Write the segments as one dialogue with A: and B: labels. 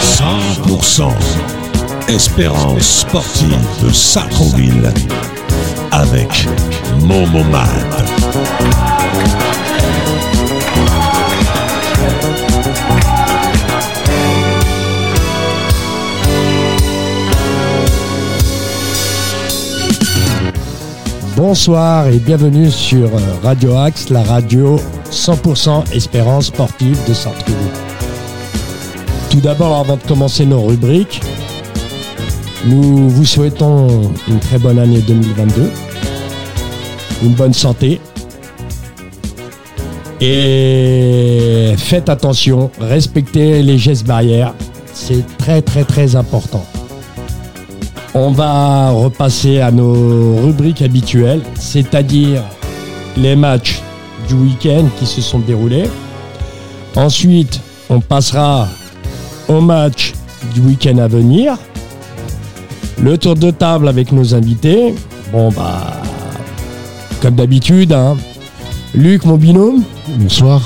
A: 100% Espérance sportive de Sartrouville avec Momomad.
B: Bonsoir et bienvenue sur euh, Radio Axe, la radio 100% Espérance sportive de Sartrouville. Tout d'abord, avant de commencer nos rubriques, nous vous souhaitons une très bonne année 2022, une bonne santé et faites attention, respectez les gestes barrières, c'est très très très important. On va repasser à nos rubriques habituelles, c'est-à-dire les matchs du week-end qui se sont déroulés. Ensuite, on passera au match du week-end à venir. Le tour de table avec nos invités. Bon, bah, comme d'habitude, hein. Luc, mon binôme.
C: Bonsoir.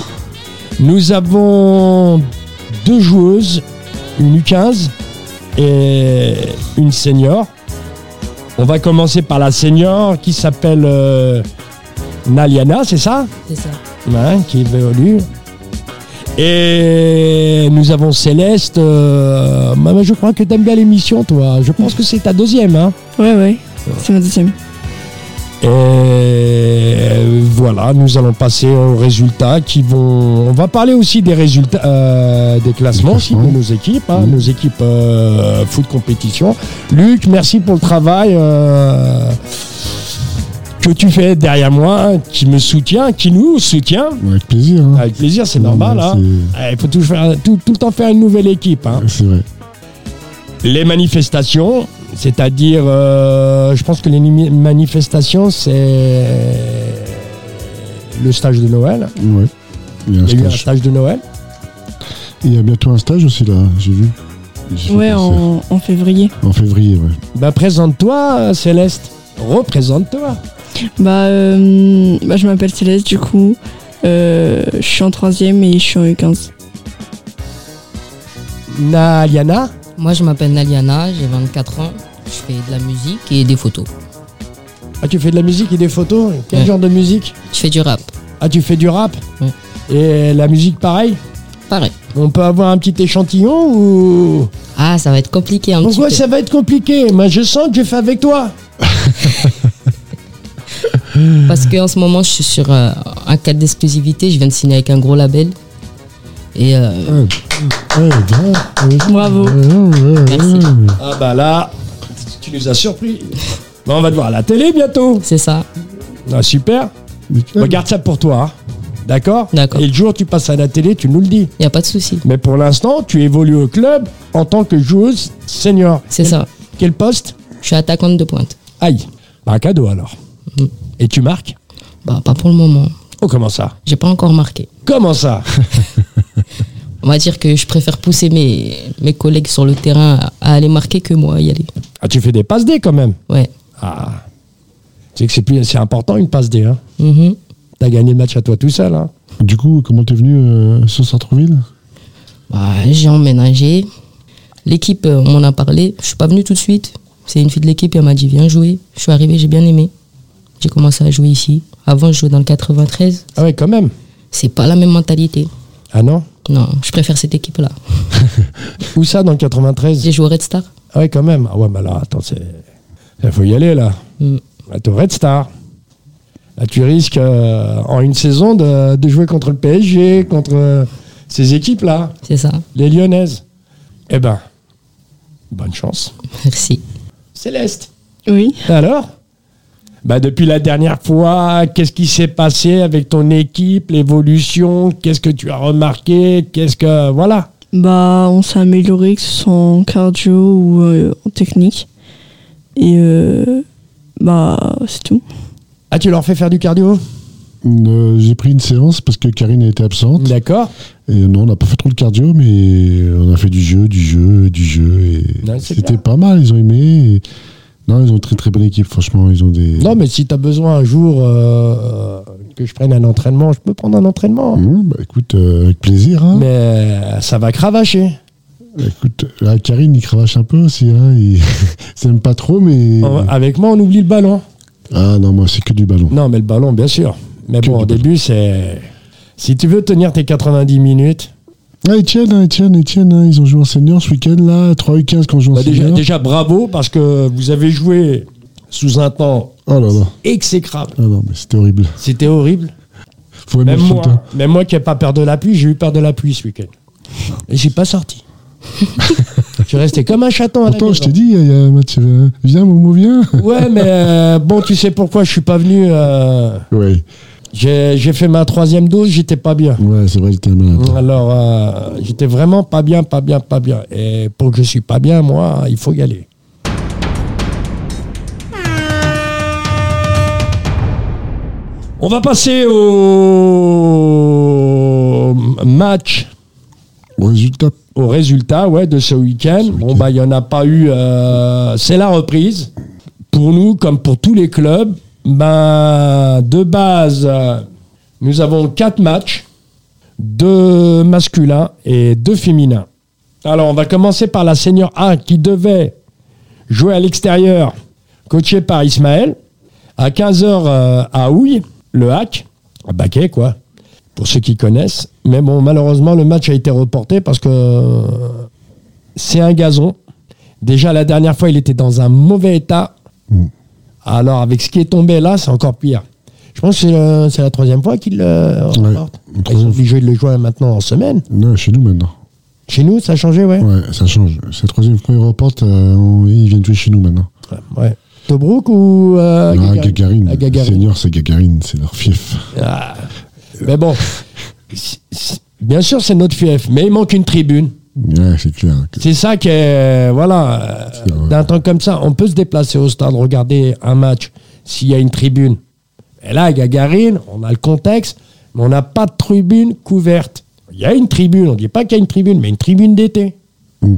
B: Nous avons deux joueuses, une U15 et une senior. On va commencer par la senior qui s'appelle euh, Naliana, c'est ça
D: C'est ça.
B: Ouais, qui évolue. Et nous avons Céleste. euh, bah, bah, je crois que t'aimes bien l'émission, toi. Je pense que c'est ta deuxième. Hein.
D: Ouais, ouais. C'est ma deuxième.
B: Et voilà, nous allons passer aux résultats qui vont. On va parler aussi des résultats, euh, des classements
C: Des
B: aussi
C: classements.
B: de nos équipes, hein,
C: Mhm.
B: nos équipes euh, foot compétition. Luc, merci pour le travail euh, que tu fais derrière moi, hein, qui me soutient, qui nous soutient.
C: Ouais, Avec plaisir. hein.
B: Avec plaisir, Ah, c'est normal.
C: Ouais,
B: hein. Eh, Il faut tout, faire- tout- tout le temps faire une nouvelle équipe. hein.
C: c'est- C'est vrai.
B: Les manifestations, c'est-à-dire, euh, je pense que les nimi- manifestations, c'est le stage de Noël.
C: Ouais. Il y a un
B: Il y a eu un
C: stage.
B: stage de Noël.
C: Et Il y a bientôt un stage aussi là, j'ai vu. J'ai fait
D: Ouais,
C: passer.
D: en, en février.
C: en février, ouais.
B: Bah, présente-toi, euh, Céleste. Représente-toi.
D: Bah, euh, bah, je m'appelle Céleste, du coup. Euh, je suis en troisième et je suis en U15.
B: Naliana,
E: Moi, je m'appelle Naliana, j'ai 24 ans, je fais de la musique et des photos.
B: ah, tu fais de la musique et des photos. Quel
E: Ouais.
B: genre de musique
E: Je fais du rap,
B: Ah, tu fais du rap
E: Ouais.
B: Et la musique, pareil
E: pareil.
B: On peut avoir un petit échantillon ou.
E: Ah, ça va être compliqué un
B: Pourquoi
E: petit peu.
B: ça va être compliqué Moi, je sens que je fais avec toi.
E: Parce qu'en ce moment, je suis sur euh, un cadre d'exclusivité, je viens de signer avec un gros label. Et euh,
C: Ouais, ouais, bien, ouais.
D: Bravo.
C: Ouais, ouais, ouais.
E: Merci.
B: Ah bah là, tu nous as surpris. Bah, on va te voir à la télé bientôt.
E: c'est ça.
B: Ah, super.
C: Nickel.
B: Regarde ça pour toi. hein. D'accord
E: D'accord.
B: Et le jour où tu passes à la télé, tu nous le dis.
E: Il n'y a pas de souci.
B: Mais pour l'instant, tu évolues au club en tant que joueuse senior.
E: C'est
B: Quel-
E: ça.
B: Quel poste
E: Je suis attaquante de pointe.
B: Aïe. Bah, un cadeau alors.
E: Mm.
B: Et tu marques
E: Bah, pas pour le moment.
B: Oh, comment ça
E: J'ai pas encore marqué.
B: Comment ça
E: On va dire que je préfère pousser mes, mes collègues sur le terrain à- à aller marquer que moi à y aller.
B: Ah, tu fais des passes D quand même.
E: Ouais.
B: Ah. C'est que c'est plus- c'est important une passe D. Hein.
E: Mhm.
B: T'as gagné le match à toi tout seul. Hein.
C: Du coup, comment t'es venu euh, sur Sartrouville
E: Bah, j'ai emménagé. L'équipe, euh, on en a parlé. Je suis pas venue tout de suite. C'est une fille de l'équipe, elle m'a dit viens jouer. Je suis arrivée, j'ai bien aimé. J'ai commencé à jouer ici. Avant, je jouais dans le 93.
B: Ah ouais, quand même.
E: C'est pas la même mentalité.
B: Ah non
E: Non, je préfère cette équipe-là.
B: Où ça dans le 93
E: J'ai joué au Red Star.
B: Ah ouais, quand même. Ah ouais, mais là, attends, c'est. Il faut y aller, là.
E: Mm.
B: Là, t'es au Red Star. Là, tu risques, euh, en une saison, de, de jouer contre le PSG, contre euh, ces équipes-là,
E: C'est ça.
B: les Lyonnaises. Eh ben, bonne chance.
E: Merci.
B: Céleste.
D: Oui.
B: Et Alors bah depuis la dernière fois, qu'est-ce qui s'est passé avec ton équipe, l'évolution, qu'est-ce que tu as remarqué, qu'est-ce que voilà.
D: Bah, on s'est amélioré, que ce soit en cardio ou euh, en technique. Et euh, bah, c'est tout.
B: Ah tu leur fais faire du cardio
C: Euh, J'ai pris une séance parce que Karine a été absente.
B: D'accord
C: Et non, on n'a pas fait trop le cardio, mais on a fait du jeu, du jeu, du jeu. Et
B: Ouais, c'est
C: c'était
B: bien.
C: pas mal, ils ont aimé. et- Non, ils ont une très très bonne équipe, franchement. Ils ont des.
B: Non, mais si tu as besoin un jour euh, que je prenne un entraînement, je peux prendre un entraînement.
C: Mmh, bah, écoute, euh, avec plaisir. hein.
B: Mais euh, ça va cravacher.
C: Écoute, là, Karine, il cravache un peu aussi. Hein. Il s'aime pas trop, mais.
B: En- Avec moi, on oublie le ballon.
C: Ah non, moi, c'est que du ballon.
B: Non, mais le ballon, bien sûr. Mais
C: Que
B: bon, au
C: du
B: début, c'est. Si tu veux tenir tes 90 minutes,
C: Ah, ils tiennent, hein, ils tiennent, ils tiennent. hein. Ils ont joué en senior ce week-end, là. 3 et 15 quand je joue en
B: bah, déjà,
C: senior.
B: déjà bravo parce que vous avez joué sous un temps
C: Oh là là.
B: exécrable.
C: Ah non, mais c'était horrible.
B: C'était horrible.
C: Faut aimer
B: Même
C: le
B: moi,
C: foot, hein.
B: même moi qui n'ai pas peur de la pluie, j'ai eu peur de la pluie ce week-end. Et j'ai pas sorti. je suis resté comme un chaton à la
C: Pourtant, je
B: maison.
C: t'ai dit, il y a un match. euh, Viens, Momo, viens.
B: Ouais, mais euh, bon, tu sais pourquoi je suis pas venu. euh,
C: ouais,
B: j'ai j'ai fait ma troisième dose, j'étais pas bien.
C: ouais c'est vrai, hein. il était malade.
B: Alors, euh, j'étais vraiment pas bien, pas bien, pas bien. Et pour que je suis pas bien, moi, il faut y aller. On va passer au match,
C: Résultat.
B: au résultat ouais, de ce week-end. Bon, bah, il n'y en a pas eu. euh, c'est la reprise. Pour nous, comme pour tous les clubs, ben, de base, euh, nous avons quatre matchs deux masculins et deux féminins. Alors, on va commencer par la senior A qui devait jouer à l'extérieur, coachée par Ismaël, à 15h à Houille, le hack, à Baquet, quoi, pour ceux qui connaissent. Mais bon, malheureusement, le match a été reporté parce que euh, c'est un gazon. Déjà, la dernière fois, il était dans un mauvais état.
C: Mm.
B: Alors, avec ce qui est tombé là, c'est encore pire. Je pense que c'est le- c'est la troisième fois qu'il le reporte.
C: une
B: Ils sont
C: troisième
B: obligés de le jouer maintenant en semaine.
C: Non, chez nous maintenant.
B: Chez nous, ça a changé, ouais.
C: Ouais, ça change. C'est la troisième fois qu'ils reportent, euh, on- ils viennent jouer chez nous maintenant.
B: ouais. Tobruk ou euh,
C: ah,
B: Gagarine
C: Gagarine.
B: Ah, Gagarine.
C: Senior, c'est Gagarine, c'est leur fief.
B: Ah. Mais bon, c'est- c'est- bien sûr, c'est notre fief, mais il manque une tribune.
C: Ouais, c'est clair. que-
B: C'est ça qui est. Voilà. euh,
C: C'est vrai.
B: D'un temps comme ça, on peut se déplacer au stade, regarder un match s'il y a une tribune. Et là, à Gagarine, on a le contexte, mais on n'a pas de tribune couverte. Il y a une tribune, on ne dit pas qu'il y a une tribune, mais une tribune d'été.
C: Mm.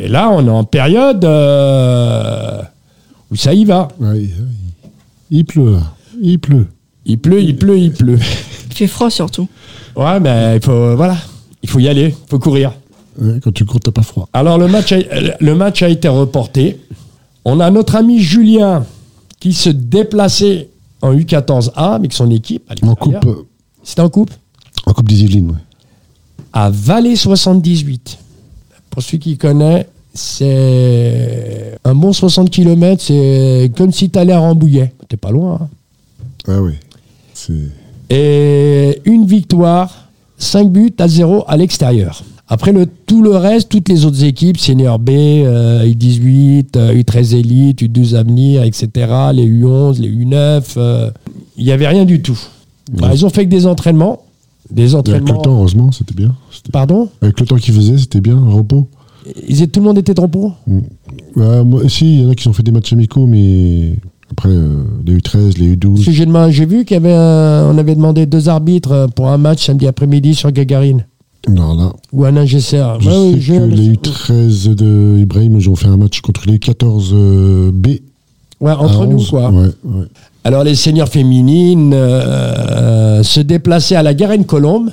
B: Et là, on est en période euh, où ça y va.
C: Ouais, ouais. Il pleut, là. Il pleut.
B: Il pleut, il pleut, il pleut.
D: Il fait froid surtout.
B: Ouais, mais il faut, voilà, il faut y aller, il faut courir.
C: Ouais, quand tu cours, t'as pas froid.
B: Alors le match, a, le match a été reporté. On a notre ami Julien qui se déplaçait en U14A avec son équipe. à
C: En
B: l'extérieur.
C: coupe, euh,
B: C'était en coupe
C: en coupe des Yvelines, ouais.
B: à Valais 78. Pour ceux qui connaissent, c'est un bon 60 km, c'est comme si t'allais à Rambouillet. T'es pas loin. hein.
C: Ah ouais. C'est.
B: et une victoire, 5 buts à 0 à l'extérieur. Après le, tout le reste, toutes les autres équipes, Senior B, euh, U18, euh, U13 Elite, U12 Avenir, etc., les U11, les U9, euh, il n'y avait rien du tout. Bah, ils ont fait que des entraînements. Des
C: Avec le
B: entraînements.
C: temps, heureusement, c'était bien. C'était-
B: Pardon
C: Avec le temps qu'il faisait, c'était bien, repos.
B: ils étaient, Tout le monde était trop pour
C: Ouais, moi, si, il y en a qui ont fait des matchs amicaux, mais après, euh, les U13, les U12.
B: Parce que j'ai demandé- J'ai vu qu'il y avait un- on avait demandé deux arbitres euh, pour un match samedi après-midi sur Gagarine.
C: Non, là,
B: Ou un ingénieur.
C: je sais que les U13 de Ibrahim, ils ont fait un match contre les 14 euh, B.
B: ouais, entre
C: à
B: nous,
C: 11.
B: quoi.
C: Ouais, ouais.
B: Alors les seigneurs féminines euh, euh, se déplaçaient à la Garenne-Colombe,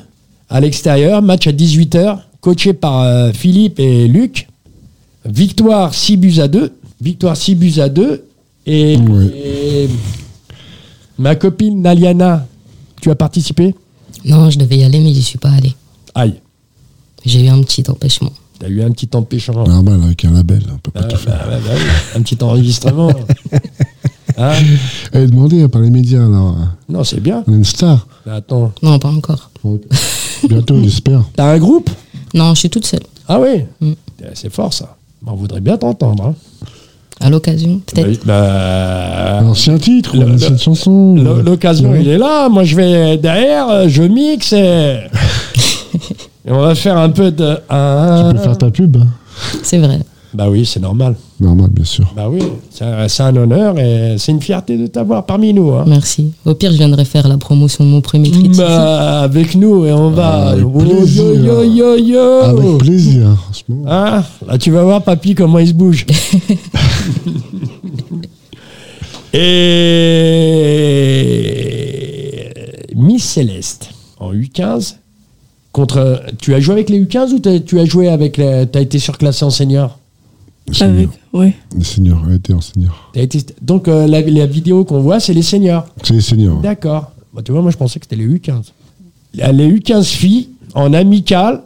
B: à l'extérieur, match à 18h, coaché par euh, Philippe et Luc. Victoire 6 buts à 2. Victoire 6 buts à 2. Et,
C: Ouais.
B: et ma copine Naliana, tu as participé
E: Non, je devais y aller, mais j'y suis pas allée.
B: Aïe,
E: J'ai eu un petit empêchement.
B: t'as eu un petit empêchement.
C: Normal, avec un label, on peut pas
B: Ah,
C: Ah, tout faire.
B: bah, bah, bah oui, un petit enregistrement. Hein
C: Elle est demandée hein, par les médias, alors. hein.
B: non, c'est bien.
C: On est une star.
B: Mais Attends,
E: Non, pas encore.
C: Bientôt, j'espère.
B: t'as un groupe
E: Non, je suis toute seule.
B: Ah oui
E: Mm.
B: C'est fort ça. On voudrait bien t'entendre. hein.
E: À l'occasion, peut-être.
B: Bah,
C: Un ancien titre,
B: Le-
C: une ancienne chanson.
B: l'o- L'occasion,
C: Ouais.
B: il est là. Moi, je vais derrière, euh, je mixe et... et on va faire un peu de.
C: Tu peux faire ta pub. hein.
E: C'est vrai.
B: Bah oui, c'est normal.
C: Normal, bien sûr.
B: Bah oui, c'est un, c'est un honneur et c'est une fierté de t'avoir parmi nous. hein.
E: Merci. Au pire, je viendrai faire la promotion de mon premier titre.
B: Bah, avec nous et on va.
C: Avec
B: Oh,
C: plaisir.
B: yo, yo, yo, yo.
C: Avec plaisir, franchement.
B: Hein Là, tu vas voir, papy, comment il se bouge. Et. Miss Céleste, en U15. Contre, tu as joué avec les U15 ou t'as- tu as joué avec les. Tu as été surclassé en senior
D: Avec, ouais.
C: Les seniors, elle était en senior.
B: T'as été- Donc, euh, la, la vidéo qu'on voit, c'est les seniors.
C: C'est les seniors. ouais.
B: D'accord. Bah, tu vois, moi, je pensais que c'était les U15. La- Les U15 filles, en amicale,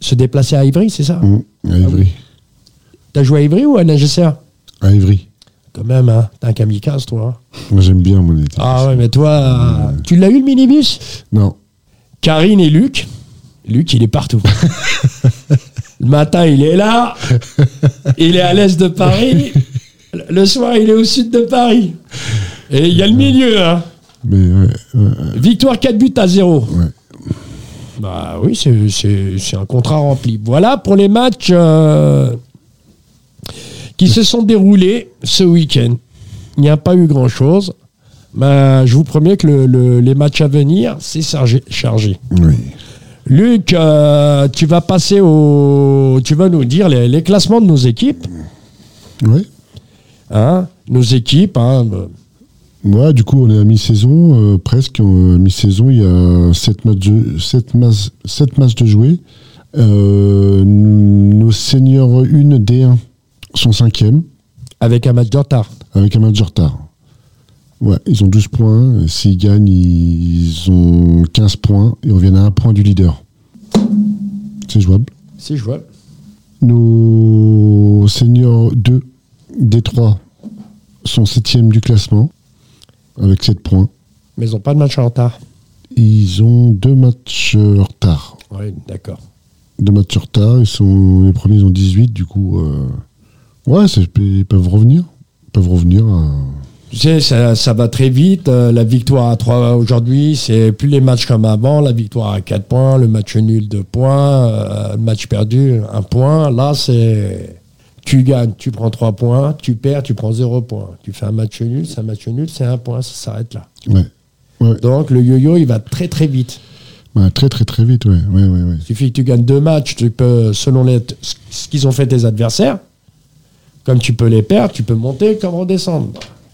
B: se déplaçaient à Ivry, c'est ça
C: Mmh, à Ivry.
B: T'as joué à Ivry ou à Nagesser
C: À Ivry.
B: Quand même, hein. T'es un kamikaze, toi. hein.
C: Moi, j'aime bien mon été.
B: Ah ouais, mais toi, euh, tu l'as eu le minibus
C: Non.
B: Karine et Luc. Luc, il est partout. le matin, il est là. Il est à l'est de Paris. Le soir, il est au sud de Paris. Et il y a le milieu, hein.
C: Mais ouais, ouais, ouais.
B: Victoire 4 buts à 0.
C: Ouais.
B: Bah oui, c'est- c'est c'est un contrat rempli. Voilà pour les matchs euh, qui se sont déroulés ce week-end. Il n'y a pas eu grand-chose. mais je vous promets que le- le- les matchs à venir, c'est chargé. chargé.
C: Oui.
B: Luc, euh, tu vas passer au. Tu vas nous dire les, les classements de nos équipes.
C: Ouais.
B: hein. nos équipes. hein, bah,
C: Ouais, du coup, on est à mi-saison, euh, presque. euh, à mi-saison, il y a 7 matchs de, sept mas- sept matchs de jouer. Euh, nos seniors 1 D1 sont 5e,
B: avec un match de retard.
C: avec un match de retard. Ouais, ils ont 12 points. S'ils gagnent, ils ont 15 points. Ils reviennent à un point du leader. C'est jouable.
B: C'est jouable.
C: Nos seniors 2 D3 sont 7e du classement, avec 7 points.
B: Mais ils n'ont pas de match en retard.
C: Ils ont deux matchs euh, en retard.
B: Oui, d'accord.
C: Deux matchs en retard. Ils sont, les premiers ils ont 18, du coup. euh, ouais, c'est- ils peuvent revenir. Ils peuvent revenir. à-
B: Tu sais, ça, ça va très vite. Euh, la victoire à 3 aujourd'hui, c'est plus les matchs comme avant. La victoire à 4 points, le match nul 2 points, euh, le match perdu 1 point. Là, c'est tu gagnes, tu prends 3 points, tu perds, tu prends 0 point. Tu fais un match nul, c'est un match nul, c'est 1 point, ça s'arrête là.
C: ouais. Ouais,
B: Donc le yo-yo, il va très très vite.
C: ouais, Très, très, très vite. Ouais, ouais, ouais. ouais.
B: Il suffit que tu gagnes deux matchs, tu peux, selon les, ce qu'ils ont fait tes adversaires, comme tu peux les perdre, tu peux monter comme redescendre.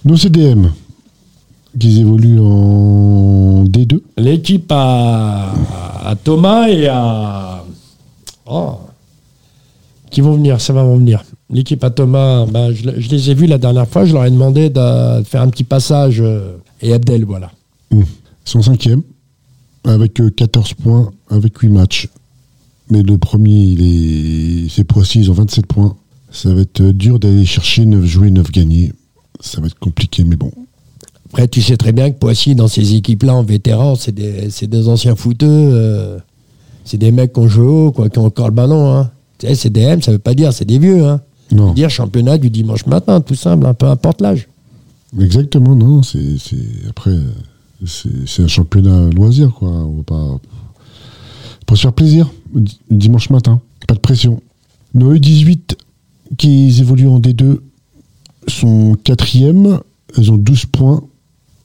C: Nos CDM, qu'ils évoluent en D2.
B: l'équipe à, à Thomas et à. Oh Qui vont venir, ça va vont venir. L'équipe à Thomas, ben, je, le- je les ai vus la dernière fois, je leur ai demandé de faire un petit passage. euh, et Abdel, voilà.
C: Ils sont 5e, avec euh, 14 points, avec 8 matchs. Mais le premier, il est... c'est Poissy, ils ont 27 points. Ça va être euh, dur d'aller chercher 9 joués, 9 gagnés. Ça va être compliqué, mais bon.
B: Après, tu sais très bien que Poissy, dans ces équipes-là, en vétérans, c'est des, c'est des anciens fouteux. euh, c'est des mecs qui ont joué haut, quoi, qui ont encore le ballon. Hein. Tu sais, CDM, ça veut pas dire, c'est des vieux. Hein. Ça
C: Non.
B: veut Dire championnat du dimanche matin, tout simple, hein, peu importe l'âge.
C: Exactement, non. C'est, c'est- après, euh, c'est, c'est un championnat loisir, quoi. On va pas. Pour se faire plaisir, di- dimanche matin, pas de pression. Nos E18 qui évoluent en D2 sont quatrième. Elles ont 12 points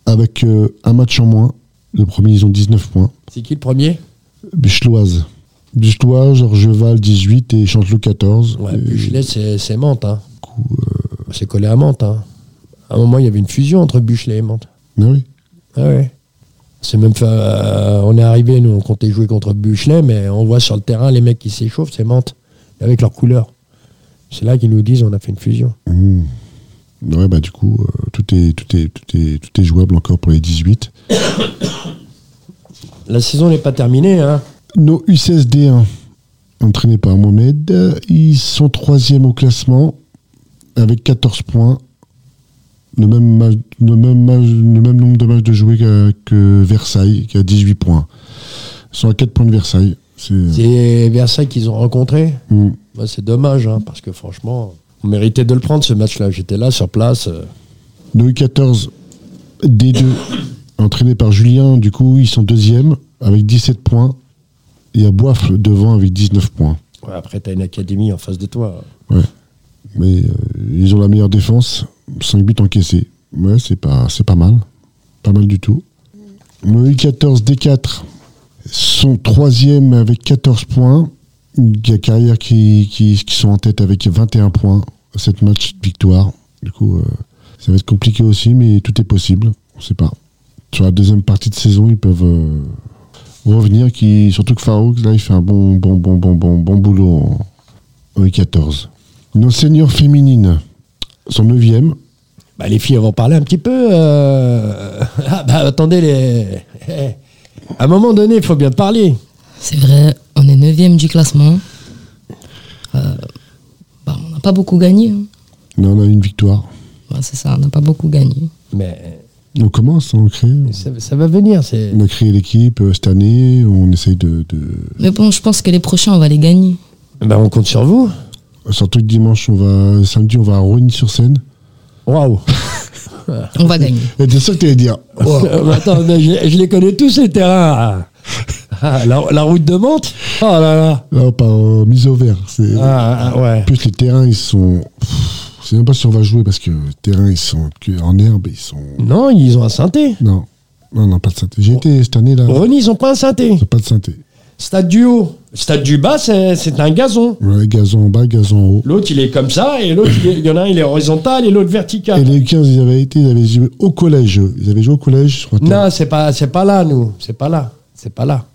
C: avec euh, un match en moins. Le premier, ils ont 19 points.
B: C'est qui le premier
C: Bucheloise. Bucheloise, Orgeval 18 et Chanteloup 14.
B: Ouais,
C: Et
B: Buchelet, c'est c'est Mantes. Hein. C'est collé à Mantes. hein. À un moment, il y avait une fusion entre Buchelet et Mantes.
C: Ah oui.
B: Ah ouais. C'est même fait, euh, on est arrivé, nous, on comptait jouer contre Buchelet, mais on voit sur le terrain les mecs qui s'échauffent, c'est Mantes, avec leur couleur. C'est là qu'ils nous disent on a fait une fusion.
C: Mmh. Ouais, bah du coup, euh, tout, est, tout, est, tout, est, tout est jouable encore pour les 18.
B: La saison n'est pas terminée, hein.
C: Nos U16D1, entraînés par Mohamed, euh, ils sont troisième au classement avec 14 points. Le même, ma- le même, ma- le même nombre de matchs de joués que, que Versailles, qui a 18 points. Ils sont à 4 points de Versailles. C'est,
B: C'est Versailles qu'ils ont rencontré.
C: Mm.
B: Bah, c'est dommage, hein, parce que franchement, on méritait de le prendre ce match-là. J'étais là sur place. euh,
C: Nos U14 D2, entraînés par Julien, du coup, ils sont deuxième avec 17 points. Et à Boiffe devant avec 19 points.
B: ouais, après, t'as une académie en face de toi. hein.
C: Ouais. Mais euh, ils ont la meilleure défense. 5 buts encaissés. Ouais, c'est pas, c'est pas mal. Pas mal du tout. Le U14 D4 sont troisième avec 14 points. Il y a Carrière qui, qui, qui sont en tête avec 21 points. 7 matchs de victoire. Du coup, euh, ça va être compliqué aussi, mais tout est possible. On sait pas. Sur la deuxième partie de saison, ils peuvent euh, revenir. Qui, surtout que Farouk, là, il fait un bon, bon, bon, bon, bon, bon boulot en, en U14. Nos seniors féminines sont 9e.
B: Bah, les filles elles vont parler un petit peu. euh, Ah, bah, attendez, les... eh, à un moment donné, il faut bien parler.
E: C'est vrai, on est 9 du classement. Euh, bah, on n'a pas beaucoup gagné. hein.
C: Mais on a une victoire.
E: Bah, c'est ça, on n'a pas beaucoup gagné.
B: Mais
C: On commence, on crée.
B: ça, ça va venir. C'est...
C: On a créé l'équipe euh, cette année, on essaye de, de-
E: Mais bon, je pense que les prochains, on va les gagner.
B: Bah, on compte sur vous.
C: Surtout que dimanche, on va... samedi, on va à Rogny-sur-Seine.
B: Waouh
E: Bah, On va gagner.
C: Et bien sûr que t'allais dire. Oh.
B: Euh, bah, Attends, mais je, je les connais tous, ces terrains. Ah, la, la route de Mantes Oh là là
C: Là, on part en mise au vert. C'est...
B: Ah, ah, ouais.
C: En plus, les terrains, ils sont. Pff, Je sais même pas si on va jouer parce que les terrains, ils sont que en herbe, ils sont.
B: Non, ils ont un synthé.
C: Non, non, non, pas de synthé. J'ai été cette année là.
B: René, ils ont pas un synthé.
C: c'est Pas de synthé.
B: Stade du haut. Stade du bas, c'est, c'est un gazon.
C: Ouais, gazon en bas, gazon en haut.
B: L'autre, il est comme ça, et l'autre, il, est- il y en a un, il est horizontal, et l'autre
C: Et
B: vertical.
C: les 15, ils avaient été, ils avaient joué au collège. eux. Ils avaient joué au collège sur un terrain.
B: Non, c'est pas, c'est pas là, nous. C'est pas là. C'est pas là.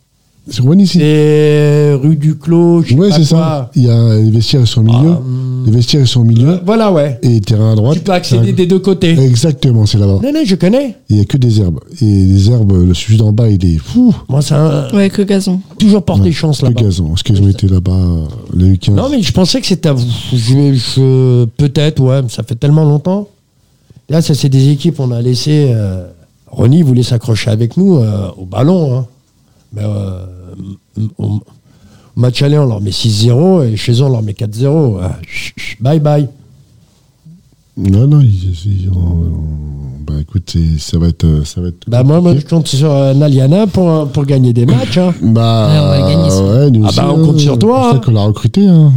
C: C'est Rouen ici.
B: C'est rue du Clos, je sais
C: Ouais,
B: pas
C: c'est
B: quoi.
C: ça. Il y a les vestiaires, ils sont au milieu.
B: Ah,
C: Les vestiaires, ils sont au milieu.
B: Voilà, ouais.
C: Et les terrains à droite.
B: Tu peux accéder des deux côtés.
C: Exactement, c'est là-bas.
B: Non, non, je connais.
C: Il n'y a que des herbes. Et les herbes, le sujet d'en bas, il est fou.
B: Moi, ça a
D: Ouais, que gazon.
B: toujours porté chance
C: Le
B: là-bas.
C: gazon. Parce qu'ils ont été là-bas, les week
B: Non, mais je pensais que c'était à vous. Je- je- Peut-être, ouais, mais ça fait tellement longtemps. Là, ça, c'est des équipes, on a laissé. euh, Ronny voulait s'accrocher avec nous euh, au ballon. hein. Mais euh, m- au au match aller, on leur met 6-0 et chez eux, on leur met 4-0. Ah, chut, chut, bye bye.
C: Non, non, ils- ils- on- on- bah écoute, c'est- ça va être. euh, Ça va être
B: Bah, moi, moi, je compte sur euh, Naliana pour, euh, pour gagner des matchs. hein.
C: Bah,
E: Ouais, on va gagner ça.
C: ouais, nous
B: Ah
C: aussi,
B: bah, on compte
C: hein.
B: sur toi,
C: C'est pour
B: hein.
C: ça qu'on l'a recruté. Hein.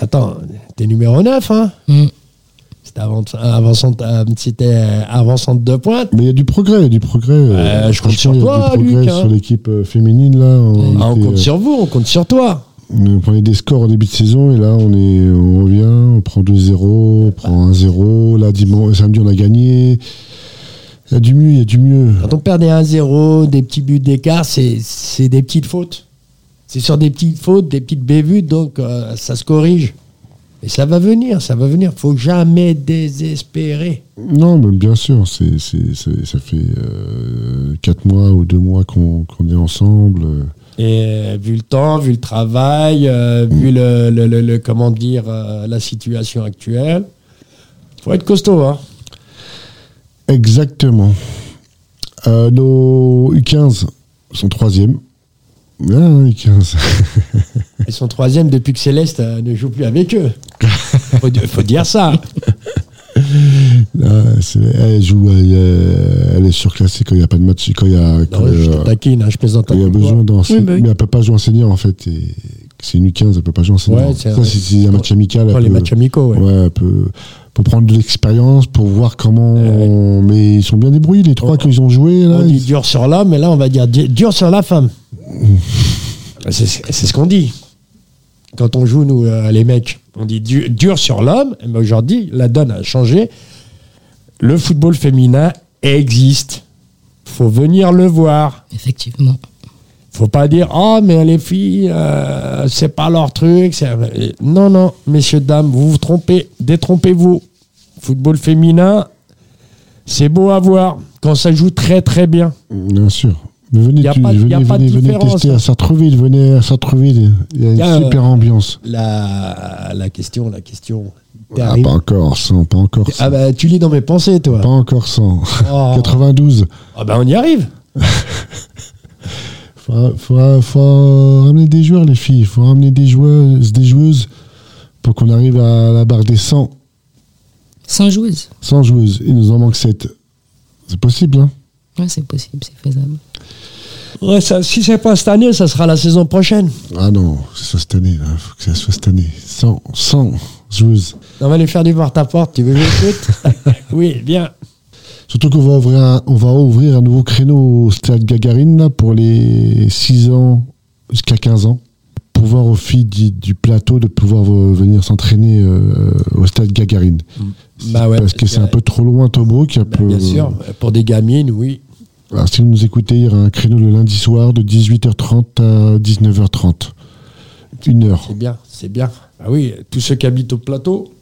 B: Attends, t'es numéro 9, hein
E: Mm.
B: C'était avant, euh, avant, avant centre de pointe.
C: Mais il y a du progrès, il y a du progrès. euh,
B: je compte
C: franchement,
B: sur
C: Il y a
B: toi,
C: du progrès
B: Luc, hein.
C: sur l'équipe euh, féminine là. On,
B: Ah, on
C: était,
B: compte
C: euh,
B: sur vous, on compte sur toi.
C: on prenait des scores au début de saison et là on est, on revient, on prend 2-0, on
B: Ah.
C: prend 1-0. Là dimanche, samedi on a gagné. Il y a du mieux, il y a du mieux.
B: Quand on perd des 1-0, des petits buts d'écart, c'est c'est des petites fautes. C'est sur des petites fautes, des petites bévues, donc euh, ça se corrige. Et ça va venir, ça va venir. Faut jamais désespérer.
C: Non, mais bien sûr, c'est, c'est, c'est- ça fait 4 mois ou 2 mois qu'on, qu'on est ensemble. euh,
B: Et euh, vu le temps, vu le travail, euh, vu le, le- le- le- comment dire euh, la situation actuelle, faut être costaud. Hein.
C: Exactement. Euh, nos U15 sont troisième. Ah, U15.
B: Ils sont troisième depuis que Céleste euh, ne joue plus avec eux. Faut, di- faut dire ça.
C: Euh, Ah, c'est- elle joue, elle, est- elle est surclassée quand il n'y a pas de match, quand il y a, quand,
B: Non, Ah je te
C: euh,
B: taquine, hein, je plaisante.
C: quand il y a
B: avec toi.
C: besoin d'en.
D: Oui, bah oui.
C: Mais elle peut pas jouer en senior en fait. et C'est une U15, elle peut pas jouer en senior.
B: Ouais, c'est-
C: Ça, c'est, c'est un match amical.
B: Dans
C: elle
B: les
C: peut-
B: matchs amicaux, ouais.
C: ouais, elle peut- pour prendre de l'expérience, pour voir comment. on- Mais ils sont bien débrouillés, les trois
B: On-
C: qu'ils ont joué. Là,
B: On dit
C: ils-
B: dur sur l'homme, mais là, on va dire di- dur sur la femme. Ah, C'est c'est ce qu'on dit. Quand on joue, nous, euh, les mecs, on dit du- dur sur l'homme, mais aujourd'hui, la donne a changé. Le football féminin existe. faut venir le voir.
E: Effectivement.
B: faut pas dire « Oh, mais les filles, euh, c'est pas leur truc. c'est- euh, » Non, non, messieurs, dames, vous vous trompez. Détrompez-vous. Football féminin, c'est beau à voir quand ça joue très, très bien.
C: Bien sûr. Mais venez,
B: Y a
C: tu-
B: pas- y a
C: venez,
B: pas de
C: venez, venez
B: différence,
C: tester
B: hein.
C: à Sartreville, venez à Sartreville. Il y a une
B: Y a, euh,
C: super ambiance.
B: La, la question, la question. T'es
C: Ah,
B: arrivé-
C: pas encore 100, pas encore
B: Ah
C: 100.
B: bah tu lis dans mes pensées toi.
C: Pas encore 100.
B: Oh.
C: 92.
B: Ah bah on y arrive.
C: Faut, faut- faut ramener des joueurs, les filles. Faut ramener des joueuses, des joueuses pour qu'on arrive à la barre des 100.
E: Sans joueuse.
C: 100 joueuses. Il nous en manque 7. C'est possible, hein
E: Ouais, c'est possible, c'est faisable.
B: Ouais, ça, si c'est pas cette année, ça sera la saison prochaine.
C: Ah non, que ce soit cette année. là. Faut que ça soit cette année. 100, 100, joueuse.
B: On va aller faire du porte-à-porte, tu veux que je l'écoute Oui, bien.
C: Surtout qu'on va ouvrir un, on va ouvrir un nouveau créneau au stade Gagarine là, pour les 6 ans jusqu'à 15 ans. Pouvoir aux filles du, du plateau de pouvoir euh, venir s'entraîner euh, au stade Gagarine.
B: Bah ouais,
C: parce que c'est un peu trop loin Tobruk. il y a
B: Bah,
C: peu-
B: bien sûr, pour des gamines, oui.
C: Alors, si vous nous écoutez, il y aura un créneau le lundi soir de 18h30 à 19h30. Une heure.
B: C'est bien, c'est bien. Ah oui, tous ceux qui habitent au plateau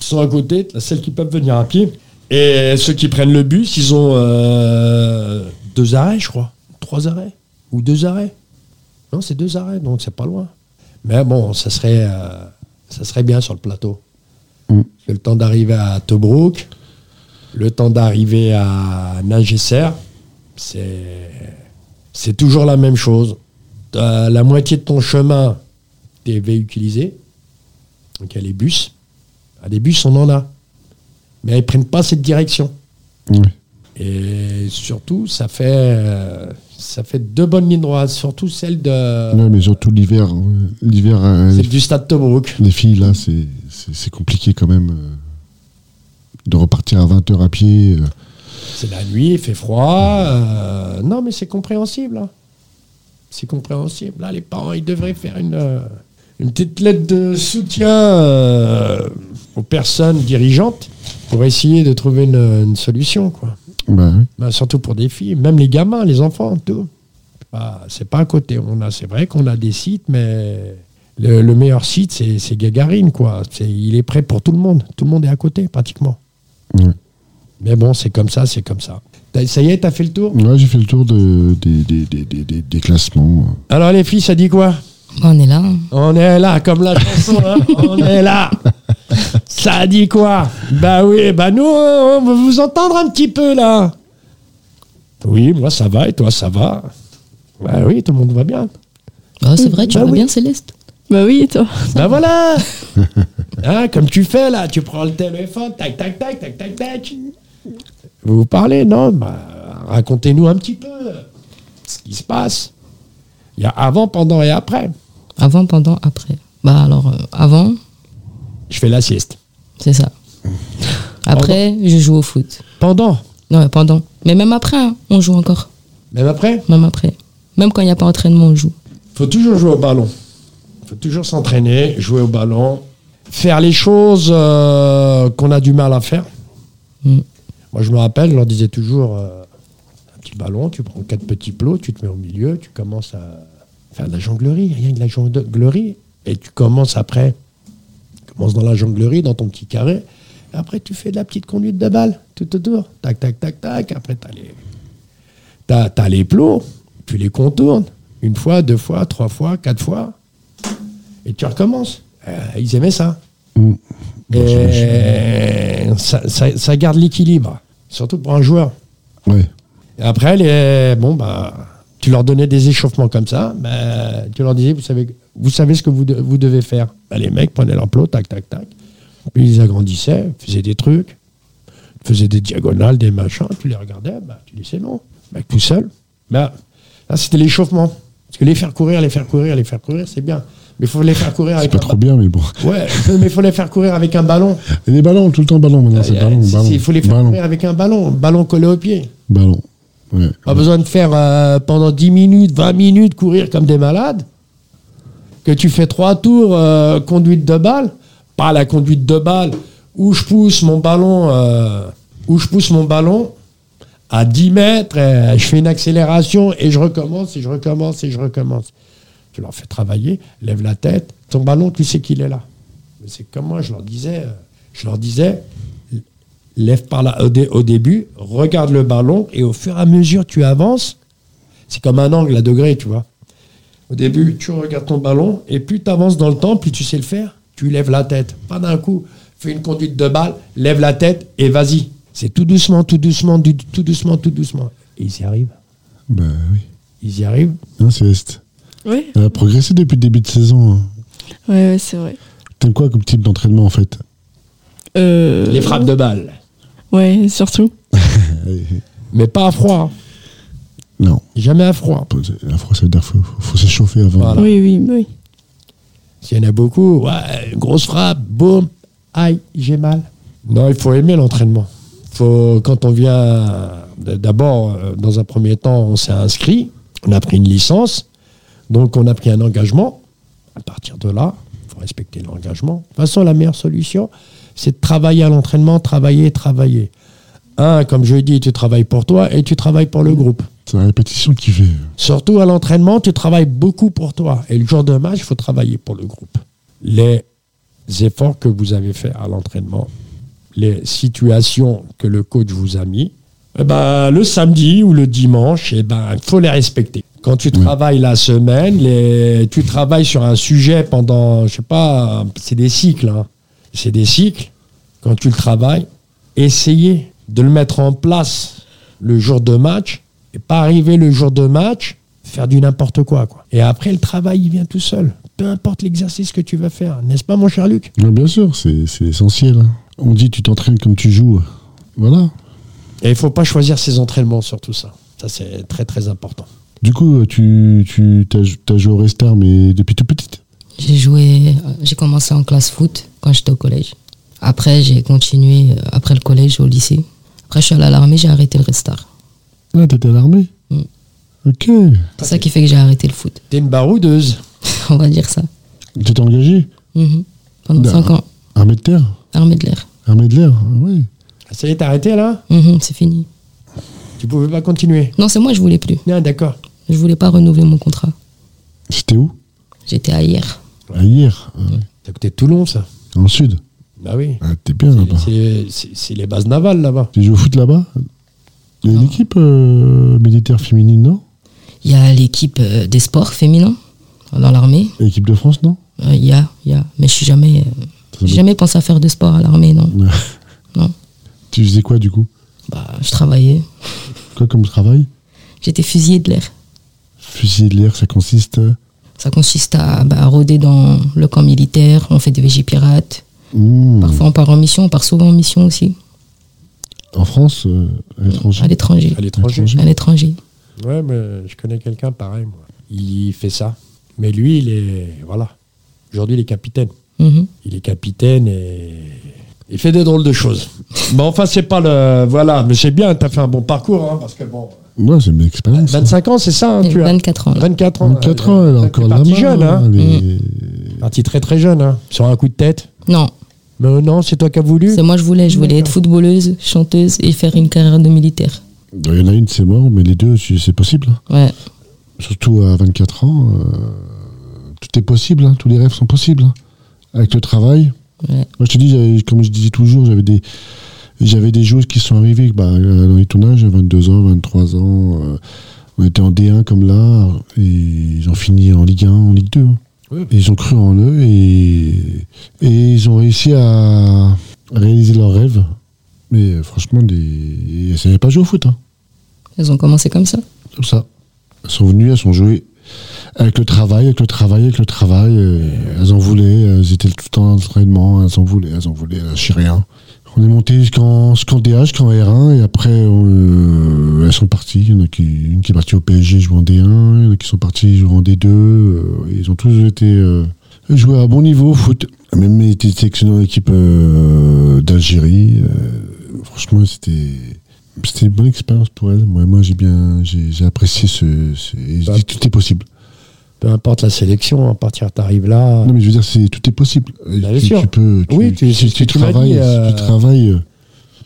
B: sont à côté, t'as celles qui peuvent venir à pied. Et ceux qui prennent le bus, ils ont euh, deux arrêts, je crois. Trois arrêts. Ou deux arrêts. Non, c'est deux arrêts, donc c'est pas loin. Mais bon, ça serait, euh, ça serait bien sur le plateau.
C: Mm.
B: Parce que Le temps d'arriver à Tobruk, le temps d'arriver à Nagesser, c'est c'est toujours la même chose. T'as la moitié de ton chemin, t'es véhiculisé. Donc il y a les bus. À des bus, on en a. Mais ils prennent pas cette direction.
C: Ouais.
B: Et surtout, ça fait, euh, ça fait deux bonnes lignes droites, surtout celle, de,
C: Ouais, mais surtout l'hiver. hein. L'hiver, euh,
B: celle
C: les,
B: du stade Tobruk.
C: les filles, là, c'est- c'est c'est compliqué quand même euh, de repartir à 20h à pied. euh.
B: C'est la nuit, il fait froid. euh, non, mais c'est compréhensible. hein. C'est compréhensible. Là, les parents, ils devraient faire une, euh, une petite lettre de soutien euh, aux personnes dirigeantes pour essayer de trouver une, une solution. Quoi.
C: Bah oui.
B: Bah, surtout pour des filles, même les gamins, les enfants, tout. C'est pas- C'est pas à côté. On a, c'est vrai qu'on a des sites, mais le, le meilleur site, c'est c'est Gagarine, quoi. C'est- il est prêt pour tout le monde. Tout le monde est à côté, pratiquement.
C: Ouais.
B: Mais bon, c'est comme ça, c'est comme ça. T'as- Ça y est, t'as fait le tour
C: Ouais, j'ai fait le tour de, des, des, des, des, des- des classements. hein.
B: Alors les filles, ça dit quoi
E: Bah, on est là. hein.
B: On est là, comme la chanson, hein, on est là Ça dit quoi Bah oui, bah nous, euh, on veut vous entendre un petit peu, là Oui, moi ça va, et toi ça va Bah oui, tout le monde va bien.
E: Ah, c'est vrai, tu
B: Bah
E: vois
B: oui.
E: bien Céleste.
D: Bah oui, et toi
B: Bah voilà Hein, Comme tu fais, là, tu prends le téléphone, tac, tac, tac, tac, tac, tac Vous vous parlez, non Bah, racontez-nous un petit peu ce qui se passe. Il y a avant, pendant et après.
E: Avant, pendant, après. Bah alors, euh, avant,
B: Je fais la sieste.
E: c'est ça. Après, je joue au foot.
B: Pendant
E: Non, pendant. Mais même après, hein, on joue encore.
B: Même après
E: Même après. Même quand il n'y a pas entraînement, on joue.
B: faut toujours jouer au ballon. faut toujours s'entraîner, jouer au ballon, faire les choses euh, qu'on a du mal à faire.
E: Mm.
B: Moi, je me rappelle, je leur disais toujours euh, un petit ballon, tu prends quatre petits plots, tu te mets au milieu, tu commences à faire de la jonglerie, rien que de la jonglerie. Et tu commences après, tu commences dans la jonglerie, dans ton petit carré. Et après, tu fais de la petite conduite de balle tout autour. Tac, tac, tac, tac. Après, tu as les T'as as les plots, tu les contournes, une fois, deux fois, trois fois, quatre fois, et tu recommences. Euh, ils aimaient ça.
C: Mm.
B: Et ça, ça- ça garde l'équilibre, surtout pour un joueur.
C: Ouais.
B: Et après, les, bon, bah, tu leur donnais des échauffements comme ça, bah, tu leur disais, vous savez, vous savez ce que vous, de- vous devez faire. Bah, les mecs prenaient leur plot, tac, tac, tac. Puis ils agrandissaient, faisaient des trucs, faisaient des diagonales, des machins, tu les regardais, bah, tu disais non. Mec tout seul, bah, là, c'était l'échauffement. Parce que les faire courir, les faire courir, les faire courir, c'est bien. Mais Ah, il faut les faire courir
C: C'est
B: avec
C: pas
B: un
C: trop bien, mais bon.
B: ballon. Ouais, mais faut les faire courir avec un ballon.
C: Et les ballons, tout le temps ballon maintenant, c'est
B: Ah, Il
C: ballon, ballon.
B: faut les faire
C: ballon,
B: courir avec un ballon, ballon collé au pied.
C: ballon. Ouais.
B: Pas besoin de faire euh, pendant 10 minutes, 20 minutes courir comme des malades. Que tu fais trois tours euh, conduite de balle, pas la conduite de balle où je pousse mon ballon euh, où je pousse mon ballon à 10 mètres, et je fais une accélération et je recommence et je recommence et je recommence. Tu leur fais travailler, lève la tête, ton ballon, tu sais qu'il est là. Mais c'est comme moi, je leur disais, euh, je leur disais, lève par là au, dé- au début, regarde le ballon et au fur et à mesure tu avances, c'est comme un angle à degré, tu vois. Au début, tu regardes ton ballon et plus tu avances dans le temps, plus tu sais le faire, tu lèves la tête. Pas d'un coup, fais une conduite de balle, lève la tête et vas-y. C'est tout doucement, tout doucement, du- tout doucement, tout doucement. Et ils y arrivent.
C: Bah oui.
B: Ils y arrivent.
C: Hein, Céleste
D: Ouais,
C: Elle a progressé depuis le début de saison. hein.
D: ouais, ouais, c'est vrai.
C: T'aimes quoi comme type d'entraînement en fait
D: Euh,
B: Les frappes de balle.
D: Ouais, surtout.
B: Mais pas à froid. hein.
C: Non,
B: Jamais à froid.
C: la France, ça veut dire
D: bah
C: faut, faut, faut s'échauffer avant.
B: Voilà.
D: Oui, oui, oui.
B: S'il y en a beaucoup, ouais, grosse frappe, boum, aïe, j'ai mal. Non, il faut aimer l'entraînement. Faut, quand on vient, d'abord, euh, dans un premier temps, on s'est inscrit, on a pris une licence, donc on a pris un engagement. À partir de là, il faut respecter l'engagement. De toute façon, la meilleure solution, c'est de travailler à l'entraînement, travailler, travailler. Un, comme je dis, tu travailles pour toi et tu travailles pour le groupe.
C: C'est la répétition qui fait.
B: Surtout à l'entraînement, tu travailles beaucoup pour toi. Et le jour de match, il faut travailler pour le groupe. Les efforts que vous avez faits à l'entraînement, les situations que le coach vous a mis, eh ben, le samedi ou le dimanche, eh ben, il faut les respecter. Quand tu
C: Oui.
B: travailles la semaine, les- tu travailles sur un sujet pendant, je sais pas, c'est des cycles. hein. C'est des cycles. Quand tu le travailles, essayez de le mettre en place le jour de match et pas arriver le jour de match, faire du n'importe quoi, quoi. Et après, le travail, il vient tout seul. Peu importe l'exercice que tu vas faire, n'est-ce pas, mon cher Luc
C: Ouais, bien sûr, c'est c'est essentiel. hein. On dit tu t'entraînes comme tu joues. Voilà.
B: Et il faut pas choisir ses entraînements sur tout ça. Ça, c'est très, très important.
C: Du coup, tu, tu as, joué au Restar, mais depuis tout petite
E: J'ai joué, euh, j'ai commencé en classe foot quand j'étais au collège. Après, j'ai continué euh, après le collège au lycée. Après, je suis allé à l'armée, j'ai arrêté le Restar.
C: Ah, t'étais à l'armée
E: Mm.
C: Ok.
E: C'est ça qui fait que j'ai arrêté le foot,
B: T'es une baroudeuse.
E: on va dire ça.
C: T'étais engagé
E: Mhm. Pendant
C: D'accord.
E: 5 ans,
C: Armée de terre
E: armée de l'air.
C: Armée de l'air Ah ouais.
B: Ça y est, t'as arrêté, là
E: Mhm, c'est fini.
B: Tu pouvais pas continuer
E: Non, c'est moi, je voulais plus.
B: Non, d'accord.
E: Je voulais pas renouveler mon contrat.
C: C'était où
E: J'étais ailleurs.
C: À Hier. Ah ouais.
B: C'est à côté de Toulon, ça.
C: Dans le sud.
B: Bah oui.
C: Ah, t'es bien là-bas.
B: C'est- C'est c'est les bases navales, là-bas.
C: Tu joues au foot là-bas Il y a une équipe euh, militaire féminine, non
E: Il y a l'équipe euh, des sports féminins dans l'armée.
C: Équipe de France, non
E: Euh, Il y a, il y a. Mais je suis jamais, euh,
C: Ça
E: j'ai
C: me-
E: jamais pensé à faire de sport à l'armée, non. Non.
C: Tu faisais quoi du coup
E: Bah, je travaillais.
C: Quoi comme travail
E: J'étais fusillé de l'air.
C: Fusil de l'air, ça consiste. euh,
E: Ça consiste à, bah, à rôder dans le camp militaire, on fait des VG pirates.
C: hmm,
E: Parfois on part en mission, on part souvent en mission aussi,
C: En France, euh, à l'étranger
B: À
E: à l'étranger.
B: l'étranger.
E: À l'étranger.
B: Ouais, mais je connais quelqu'un pareil, moi. Il fait ça. Mais lui, il est. Voilà. Aujourd'hui, il est capitaine.
E: Mhm.
B: Il est capitaine et. Il fait des drôles de choses. Mais enfin, c'est pas le. Voilà, mais c'est bien, t'as fait un bon parcours, hein, parce que bon.
C: Ouais, c'est une expérience.
B: 25 ans, c'est ça, hein,
E: J'ai
B: tu as
E: 24 ans. là.
B: 24 ans. euh,
C: 24 ans, elle a
B: T'es
C: encore la
B: parti
C: main.
B: jeune, hein.
C: elle est-
B: Parti très très jeune, hein. Sur un coup de tête.
E: Non,
B: Mais euh, non, c'est toi qui as voulu.
E: c'est moi je voulais, je voulais être
B: D'accord.
E: footballeuse, chanteuse et faire une carrière de militaire.
C: Il y en a une, c'est mort, mais les deux, c'est c'est possible. hein.
E: Ouais,
C: Surtout à 24 ans, euh, tout est possible, hein, tous les rêves sont possibles. hein. Avec le travail.
E: ouais.
C: Moi, je te dis, j'avais- comme je dis toujours, j'avais des. J'avais des joueuses qui sont arrivées bah, euh, dans les tournages à 22 ans, 23 ans. euh, on était en D1 comme là, et ils ont fini en Ligue 1, en Ligue 2. hein.
B: Oui.
C: Et ils ont cru en eux et, et ils ont réussi à réaliser leurs rêves. Mais euh, franchement, des, elles ne savaient pas jouer au foot. hein.
E: Elles ont commencé comme ça.
C: Comme ça. Elles sont venues, elles sont jouées avec le travail, avec le travail, avec le travail. euh, elles en voulaient, euh, elles étaient tout le temps en entraînement, elles en voulaient, elles en voulaient, elles lâchaient rien. On est monté jusqu'en jusqu'en DH, jusqu'en R1, et après on, euh, elles sont parties. Il y en a qui, une qui est partie au PSG jouer en D1, il y en a qui sont partis jouer en D2. euh, ils ont tous été euh, joués à bon niveau au foot. Même été sélectionnés en équipe euh, d'Algérie. euh, franchement, c'était c'était une bonne expérience pour elle. Moi, moi j'ai bien, j'ai j'ai apprécié ce. ce- et je
B: Bah.
C: dis que tout est possible.
B: Peu importe la sélection, à partir t'arrives là.
C: Non, mais je veux dire, c'est tout est possible. Euh,
B: Ah. Bah, bien
C: tu,
B: sûr.
C: tu peux. Tu,
B: Oui, tu- c'est
C: si
B: ce que
C: tu,
B: tu m'as dit,
C: travailles,
B: euh,
C: si tu travailles euh,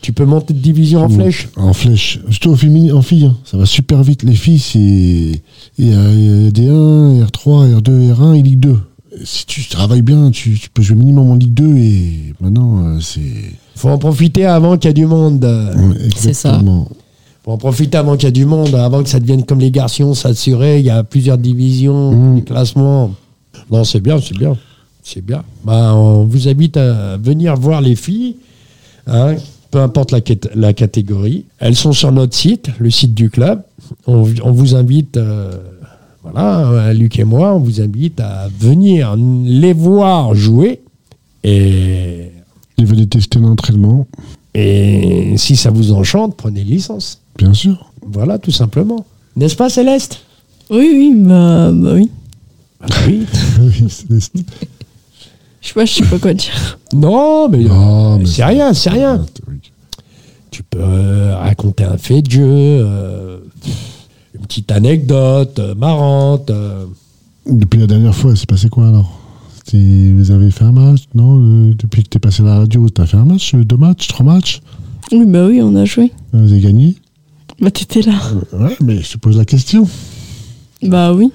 B: Tu peux monter de division en
C: bon,
B: flèche.
C: En flèche. Surtout en, féminin, en filles, hein. ça va super vite. Les filles, c'est et, euh, D1, R3, R2, R1 et Ligue 2. Si tu travailles bien, tu, tu peux jouer minimum en Ligue 2 et maintenant euh, c'est.
B: Faut en profiter avant qu'il y ait du monde. euh.
E: C'est ça.
C: Exactement.
B: Faut en profiter avant qu'il y ait du monde, avant que ça devienne comme les garçons, s'assurer. Il y a plusieurs divisions,
C: Mm.
B: des classements. Non, c'est bien, c'est bien. C'est bien. Bah, on vous invite à venir voir les filles, hein, peu importe la, quét- la catégorie. Elles sont sur notre site, le site du club. On, on vous invite, euh, voilà, euh, Luc et moi, on vous invite à venir les voir jouer. Et,
C: Ils veulent tester l'entraînement,
B: et si ça vous enchante, prenez licence.
C: bien sûr.
B: Voilà, tout simplement. N'est-ce pas, Céleste
D: Oui, oui, bah, bah oui.
C: Ah
B: Oui.
C: Oui, c'est-
D: Je sais pas, je sais pas quoi dire.
B: Non, mais, euh,
C: Non, mais
B: c'est rien, c'est rien.
C: Oui.
B: Tu peux euh, raconter un fait de jeu, euh, une petite anecdote euh, marrante. euh.
C: Depuis la dernière fois, c'est passé quoi alors C'était- Vous avez fait un match Non euh, Depuis que t'es passé à la radio, t'as fait un match euh, Deux matchs Trois matchs
D: Oui, bah oui, on a joué.
C: Euh, Vous avez gagné
D: Bah t'étais là.
C: Euh, Ouais, mais je te pose la question.
D: Bah oui.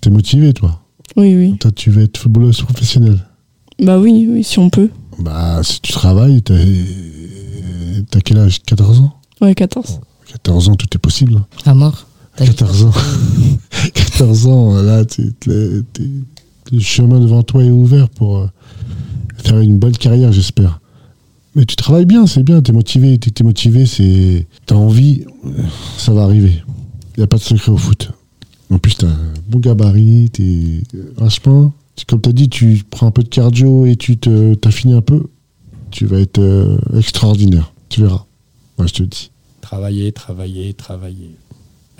C: T'es motivé, toi
D: Oui, oui.
C: Toi, tu veux être footballeuse professionnelle
D: Bah oui, oui, si on peut.
C: Bah, si tu travailles, t'as euh, t'as quel âge 14 ans
D: Ouais, 14.
C: 14 ans, tout est possible. hein.
E: À mort. T'as-
B: Ah,
C: 14 ans. 14 ans, là, tu- t'es- t'es- le chemin devant toi est ouvert pour euh, faire une bonne carrière, j'espère. Mais tu travailles bien, c'est bien, t'es motivé, t'es t'es motivé, c'est. T'as envie, euh, ça va arriver. Y a pas de secret au foot. En plus, t'as un bon gabarit, t'es. Franchement, tu- comme t'as dit, tu prends un peu de cardio et tu te- t'affines un peu, tu vas être euh, extraordinaire. Tu verras. Moi, je te le dis.
B: Travailler, travailler, travailler.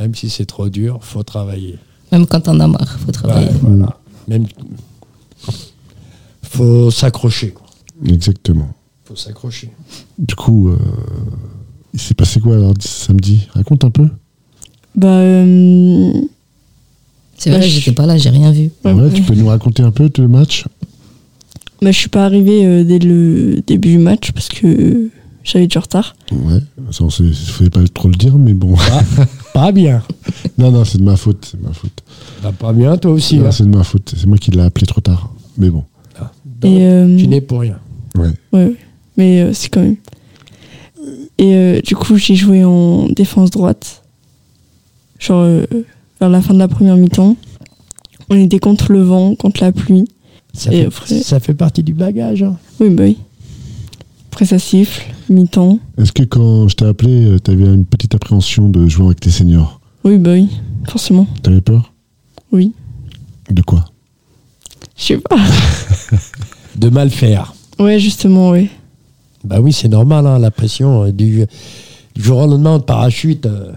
B: Même si c'est trop dur, faut travailler.
E: Même quand t'en as marre, faut travailler.
B: Ouais, voilà. Même... Faut s'accrocher. quoi.
C: Exactement.
B: Faut s'accrocher.
C: Du coup, euh, il s'est passé quoi alors samedi Raconte un peu.
D: Bah euh...
E: C'est vrai,
D: Ouais,
E: j'étais pas là, j'ai rien vu.
B: Ah
D: ouais,
C: Ah Ouais, Tu peux nous raconter un peu le match
D: Bah je suis pas arrivée euh, dès le début du match parce que j'avais du retard.
C: Ouais, ça on ne fallait pas trop le dire, mais bon.
B: Pas bien.
C: non, non, c'est de ma faute, c'est de ma faute.
B: Bah, pas bien, toi aussi.
C: Non,
B: hein.
C: c'est de ma faute, c'est moi qui l'ai appelé trop tard. Mais bon.
B: Donc,
D: Et, euh,
B: Bah, Tu n'es pour rien.
C: Ouais.
D: Ouais, ouais. mais euh, c'est quand même. Et euh, du coup, j'ai joué en défense droite. Genre, euh, vers la fin de la première mi-temps. On était contre le vent, contre la pluie.
B: Ça,
D: Et
B: fait,
D: après-
B: ça fait partie du bagage. hein.
D: Oui, bah oui. Après, ça siffle, mi-temps.
C: Est-ce que quand je t'ai appelé, euh, t'avais une petite appréhension de jouer avec tes seniors
D: Oui, bah oui, forcément,
C: T'avais peur
D: oui.
C: De quoi
D: Je sais pas.
B: De mal faire.
D: Ouais, justement, ouais.
B: Bah oui, c'est normal, hein, la pression. euh, Du, du jour au lendemain, de parachute. euh,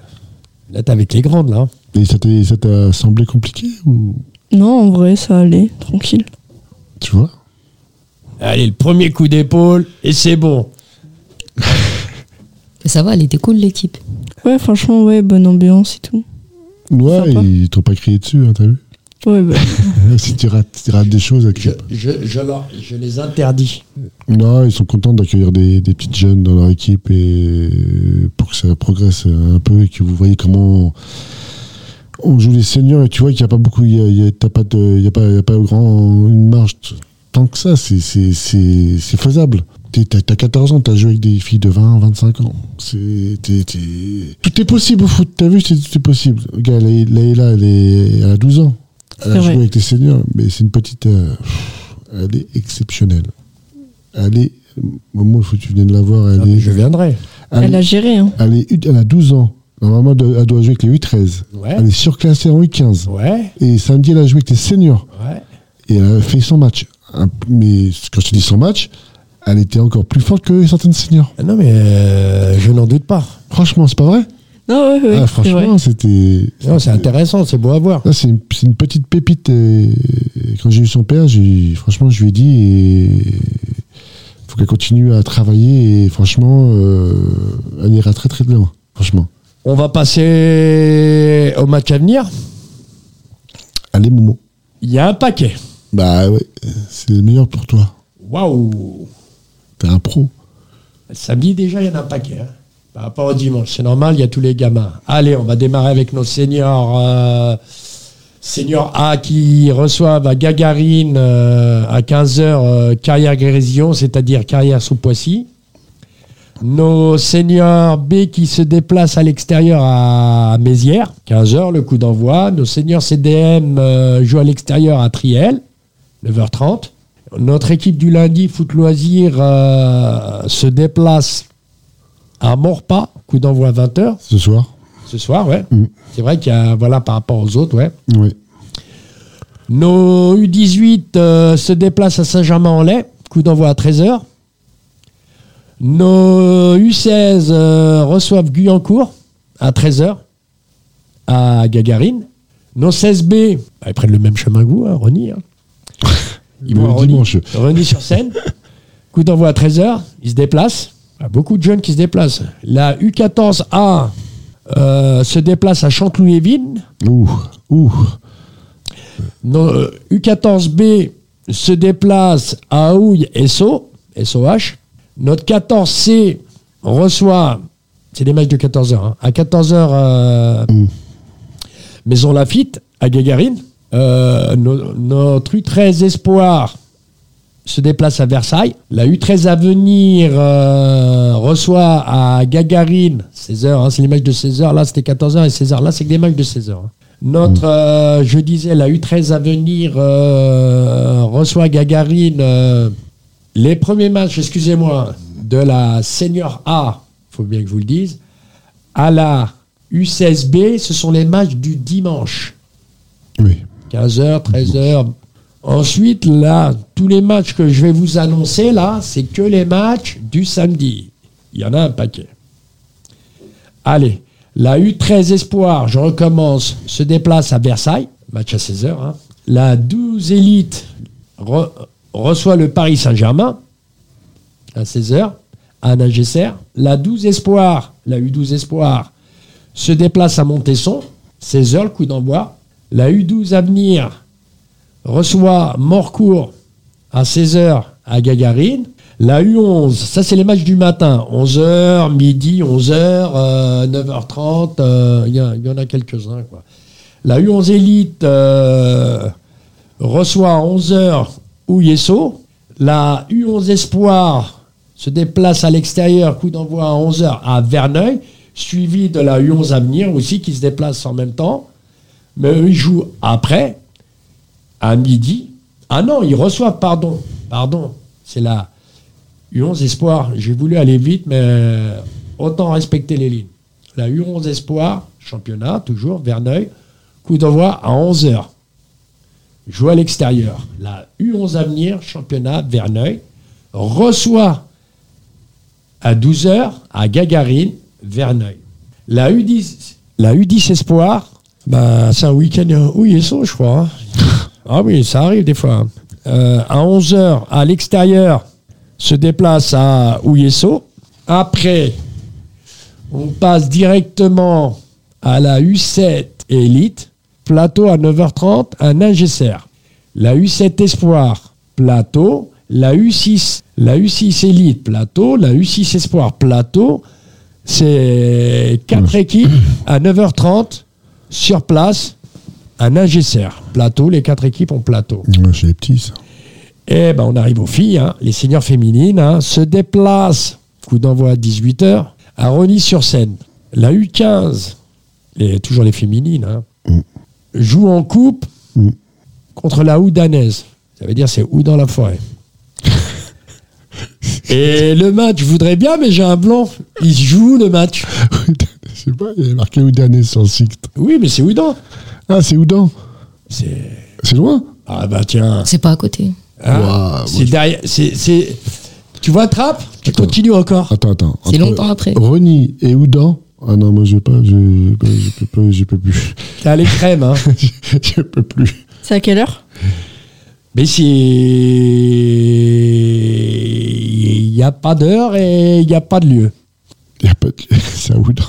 B: là, t'es avec les grandes, là. hein.
C: Et ça t'est- ça t'a semblé compliqué ou
D: Non, en vrai, ça allait, tranquille.
C: Tu vois
B: Allez, le premier coup d'épaule, et c'est bon.
E: Mais ça va, elle était cool l'équipe.
D: Ouais, franchement, ouais, bonne ambiance et tout.
C: Ouais,
D: Sympa.
C: ils t'ont pas crié dessus, hein, t'as vu
D: Ouais, bah.
C: Si tu rates, tu rates des choses, avec
B: Je, je- je leur- je les interdis.
C: Non, ils sont contents d'accueillir des, des petites jeunes dans leur équipe et euh, pour que ça progresse un peu et que vous voyez comment on joue les seniors et tu vois qu'il n'y a pas beaucoup, il y a, il y a- t'as pas de, il y a pas, il y a pas grand une marge t- tant que ça, c'est c'est c'est c'est faisable. T'es- T'as t'as 14 ans, t'as joué avec des filles de 20, 25 ans. C'est t'es- t'es- tout est possible au foot. T'as vu, c'est tout est possible. Regarde, Layla, elle est elle a 12 ans. Elle a
D: C'est
C: joué
D: vrai.
C: avec les seniors, mais c'est une petite, euh, elle est exceptionnelle. Elle est, moi, il faut que tu viennes la voir. Elle
B: Non, Ah, mais
C: est,
B: je viendrai.
C: elle
D: Elle
C: est-
D: a géré, hein.
C: elle est ut- elle a 12 ans. Normalement, elle doit- elle doit jouer avec les U13.
B: Ouais.
C: Elle est surclassée en U15.
B: Ouais,
C: Et samedi, elle a joué avec les seniors.
B: ouais.
C: Et elle a fait son match. Un- Mais quand je dis son match, elle était encore plus forte que certaines seniors.
B: Ah Non, mais euh, je n'en doute pas.
C: Franchement, c'est pas vrai
D: Non, ouais, ouais.
C: Ah,
D: c'est vrai.
C: Franchement, c'était.
B: Non, c'est intéressant, c'est beau à voir.
C: Là, c'est une, c'est une petite pépite. Et, et quand j'ai eu son père, j'ai, franchement, je lui ai dit et, faut qu'elle continue à travailler. Et franchement, euh, elle ira très très loin. Franchement.
B: On va passer au match à venir.
C: Allez, Momo.
B: Il y a un paquet.
C: Bah ouais, c'est le meilleur pour toi.
B: Waouh
C: T'es un pro.
B: Samedi déjà, il y en a un paquet. hein. Par rapport au dimanche, c'est normal, il y a tous les gamins. Allez, on va démarrer avec nos seniors. euh, seniors A qui reçoivent à Gagarine euh, à 15h carrière guérison, c'est-à-dire carrière sous Poissy. Nos seniors B qui se déplacent à l'extérieur à Mézières, 15h le coup d'envoi. Nos seniors CDM euh, jouent à l'extérieur à Triel, 9h30. Notre équipe du lundi foot loisir euh, se déplace à Morpa, coup d'envoi 20h
C: Ce soir
B: ce soir, ouais.
C: Mm.
B: C'est vrai qu'il y a, voilà, par rapport aux autres, ouais.
C: Ouais.
B: Nos U18 euh, se déplacent à Saint-Germain-en-Laye, coup d'envoi à 13h. Nos U16 euh, reçoivent Guyancourt à 13h à Gagarine. Nos 16B, bah, ils prennent le même chemin que vous, hein, Ronny. hein. Ils
C: Le
B: vont à Rony.
C: dimanche.
B: Rony sur scène. Coup d'envoi à 13h. Ils se déplacent. Il y a beaucoup de jeunes qui se déplacent. La U14A euh, se déplace à Chantelouéville.
C: Ouh, ouh.
B: Non, euh, U14B se déplace à Aouille et Sceaux, SOH. Notre 14C reçoit, c'est des matchs de 14h, hein, à 14h Maison Lafitte, à Gagarine. Euh, no- notre U13 Espoir se déplace à Versailles. La U13 Avenir euh, reçoit à Gagarine 16h. hein, c'est les matchs de 16h. Là, c'était 14h et 16h. Là, c'est que des matchs de 16h. hein. Notre, euh, je disais, la U13 Avenir euh, reçoit à Gagarine euh, les premiers matchs, excusez-moi, de la Senior A, faut bien que je vous le dise, à la U16B. Ce sont les matchs du dimanche.
C: Oui.
B: 15h, 13h. Ensuite, là, tous les matchs que je vais vous annoncer, là, c'est que les matchs du samedi. Il y en a un paquet. Allez, la U13 Espoir, je recommence, se déplace à Versailles, match à 16h. hein. La 12 Élite re- reçoit le Paris Saint-Germain à 16h à Nagesser. La 12 Espoir, la U12 Espoir, se déplace à Montesson, 16h le coup d'envoi. La U12 Avenir reçoit Morcourt à 16h à Gagarine. La U11, ça c'est les matchs du matin, 11h, midi, 11h, 9h30, euh, il y a- il y, en a quelques-uns. quoi. La U11 Elite euh, reçoit à 11h Ouyesso. La U11 Espoir se déplace à l'extérieur, coup d'envoi à 11h à Verneuil, suivi de la U11 Avenir aussi qui se déplace en même temps. Mais eux, ils jouent après, à midi. Ah non, ils reçoivent, pardon. Pardon, c'est la U11 Espoir. J'ai voulu aller vite, mais euh, autant respecter les lignes. La U11 Espoir, championnat, toujours, Verneuil. Coup d'envoi à 11h. Joue à l'extérieur. La U11 Avenir, championnat, Verneuil. Reçoit à 12h à Gagarine, Verneuil. La U10, la U10 Espoir, bah, c'est un week-end euh, où ils sont, je crois. hein. ah oui, ça arrive des fois. hein. Euh, à 11h, à l'extérieur, se déplace à Ouyesso. Après, on passe directement à la U7 Elite. Plateau à 9h30, un ingécère. La U7 Espoir, plateau. La U6, la U6 Elite, plateau. La U6 Espoir, plateau. C'est quatre équipes à 9h30 sur place à Nagesser. Plateau, les quatre équipes ont plateau.
C: Ouais, chez les petits, ça.
B: Et ben on arrive aux filles, hein. les seniors féminines hein, se déplacent, coup d'envoi à 18h, à Rony-sur-Seine. La U15, et toujours les féminines, hein,
C: Mm.
B: joue en coupe
C: Mm.
B: contre la Houdanaise. Ça veut dire c'est ou dans la forêt. et le match, je voudrais bien, mais j'ai un blanc. Ils jouent le match.
C: Je sais pas, il y avait marqué Oudané sur le site.
B: Oui, mais c'est Oudan.
C: Ah, c'est Oudan
B: C'est.
C: C'est loin
B: Ah bah tiens.
E: C'est pas à côté.
B: Hein
C: Ouah,
B: c'est
C: moi,
B: derrière. c'est- c'est- Tu vois, Trappe, tu
C: Attends.
B: continues encore.
C: Attends, attends.
E: C'est
C: Entre
E: longtemps après.
C: Ronny et Oudan. Ah non, moi je veux pas, je, je, peux- je peux pas, je peux plus.
B: T'as les crèmes, hein.
C: je peux plus.
D: C'est à quelle heure
B: Mais c'est. Il n'y a pas d'heure et il n'y a pas de lieu.
C: Il y a pas de... C'est à Oudan.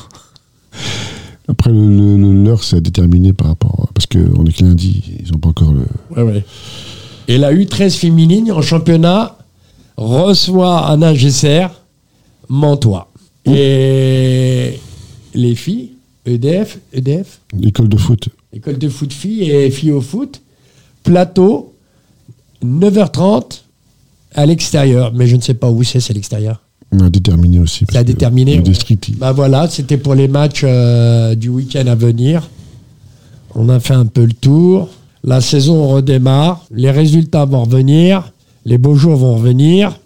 C: Après, le- le- le- l'heure, c'est à déterminer par rapport. Parce qu'on est que lundi, ils ont pas encore le.
B: Ouais, ouais. Et la U13 féminine en championnat reçoit un AGCR Mantois. Et les filles, E EDF, EDF,
C: L'école de foot.
B: École de foot filles et filles au foot. Plateau, 9h30 à l'extérieur. Mais je ne sais pas où c'est, c'est l'extérieur.
C: On a déterminé aussi. parce
B: C'est à
C: que
B: déterminer.
C: Le
B: ouais.
C: district, il-
B: Bah voilà, c'était pour les matchs euh, du week-end à venir. On a fait un peu le tour. La saison redémarre. Les résultats vont revenir. Les beaux jours vont revenir.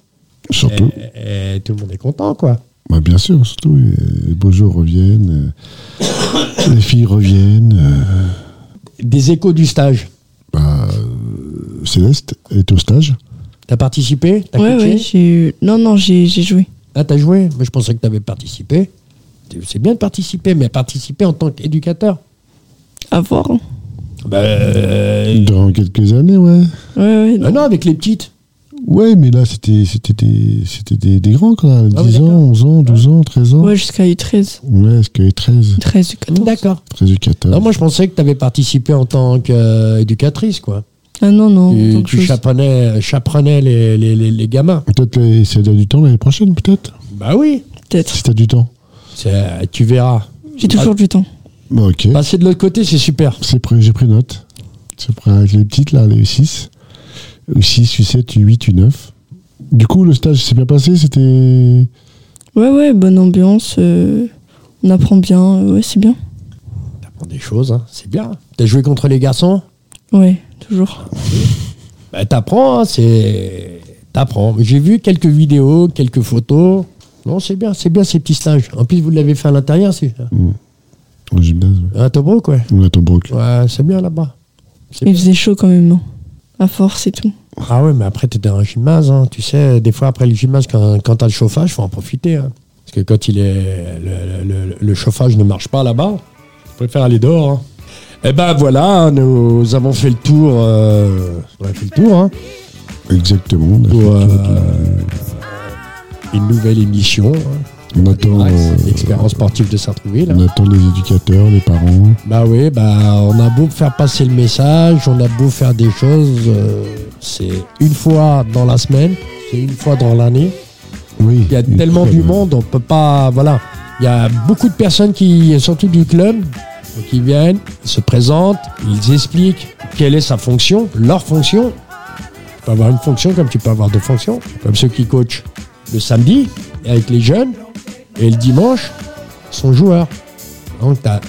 C: surtout.
B: Et tout le monde est content, quoi.
C: Bah, bien sûr, surtout. oui. Les beaux jours reviennent. euh, les filles reviennent. euh,
B: Des échos du stage.
C: bah, euh, Céleste est au stage.
B: T'as participé T'as
D: Ouais,
B: coaché
D: ouais, j'ai eu- Non, non, j'ai j'ai joué.
B: Ah, t'as joué Mais je pensais que t'avais participé. C'est- C'est bien de participer, mais participer en tant qu'éducateur.
D: À voir. hein.
B: Ben,
C: Dans quelques années, ouais.
D: Ouais, ouais,
B: Ben euh, non, avec les petites.
C: Ouais, mais là, c'était c'était des, c'était des, des grands, quoi.
B: Ah oui,
C: 10 ans,
B: d'accord.
C: 11 ans, 12 ans, 13 ans.
D: Ouais, jusqu'à U13.
C: Ouais, est-ce qu'il y a 13
D: 13 ou 14.
B: D'accord.
C: 13 ou 14.
B: Non, moi, je pensais que tu avais participé en tant qu'éducatrice, quoi.
D: Ah non, non.
B: tu
D: donc
B: tu
D: chose.
B: chaperonnais, chaperonnais les, les, les, les gamins.
C: Peut-être, les- si elle a du temps, l'année prochaine, peut-être
B: Bah oui.
D: Peut-être.
C: Si t'as du temps.
B: C'est- Tu verras.
D: J'ai
B: Ah.
D: toujours du temps.
C: Bah, ok.
B: Passer de l'autre côté, c'est super.
C: C'est prêt, j'ai pris note. C'est prêt avec les petites, là, les 6. 6, 8, 7, 8, 9. Du coup, le stage s'est bien passé, c'était...
D: Ouais, ouais, bonne ambiance. euh, on apprend bien. euh, ouais, c'est bien.
B: T'apprends des choses, hein. c'est bien. T'as joué contre les garçons
D: Ouais, toujours.
B: Bah, t'apprends, hein, c'est. T'apprends. J'ai vu quelques vidéos, quelques photos. Non, c'est bien, c'est bien ces petits stages. En plus, vous l'avez fait à l'intérieur, c'est
C: Au gymnase, ouais.
B: à Tobruk, ouais.
C: On est au Broc.
B: Ouais, c'est bien là-bas. C'est
D: Il
B: bien.
D: faisait chaud quand même, hein, à force et tout.
B: Ah ouais, mais après, t'es dans un gymnase, hein. tu sais. Des fois, après le gymnase, quand, quand t'as le chauffage, faut en profiter. hein. Parce que quand il est le, le- le- le chauffage ne marche pas là-bas, je préfère aller dehors. hein. Eh ben voilà, hein, nous avons fait le tour. euh, on a fait le tour, hein.
C: Exactement. On, a fait
B: pour
C: le tour
B: euh, une nouvelle émission. hein.
C: de- on attend, euh,
B: L'expérience sportive de Saint-Trouville. hein.
C: on attend les éducateurs, les parents.
B: Bah oui, bah on a beau faire passer le message, on a beau faire des choses, euh, c'est une fois dans la semaine, c'est une fois dans l'année.
C: Oui.
B: Il y a tellement du monde, on peut pas, voilà. Il y a beaucoup de personnes qui, surtout du club, qui viennent, se présentent, ils expliquent quelle est sa fonction, leur fonction. Tu peux avoir une fonction comme tu peux avoir deux fonctions, comme ceux qui coachent le samedi avec les jeunes et le dimanche sont joueurs. Donc tu as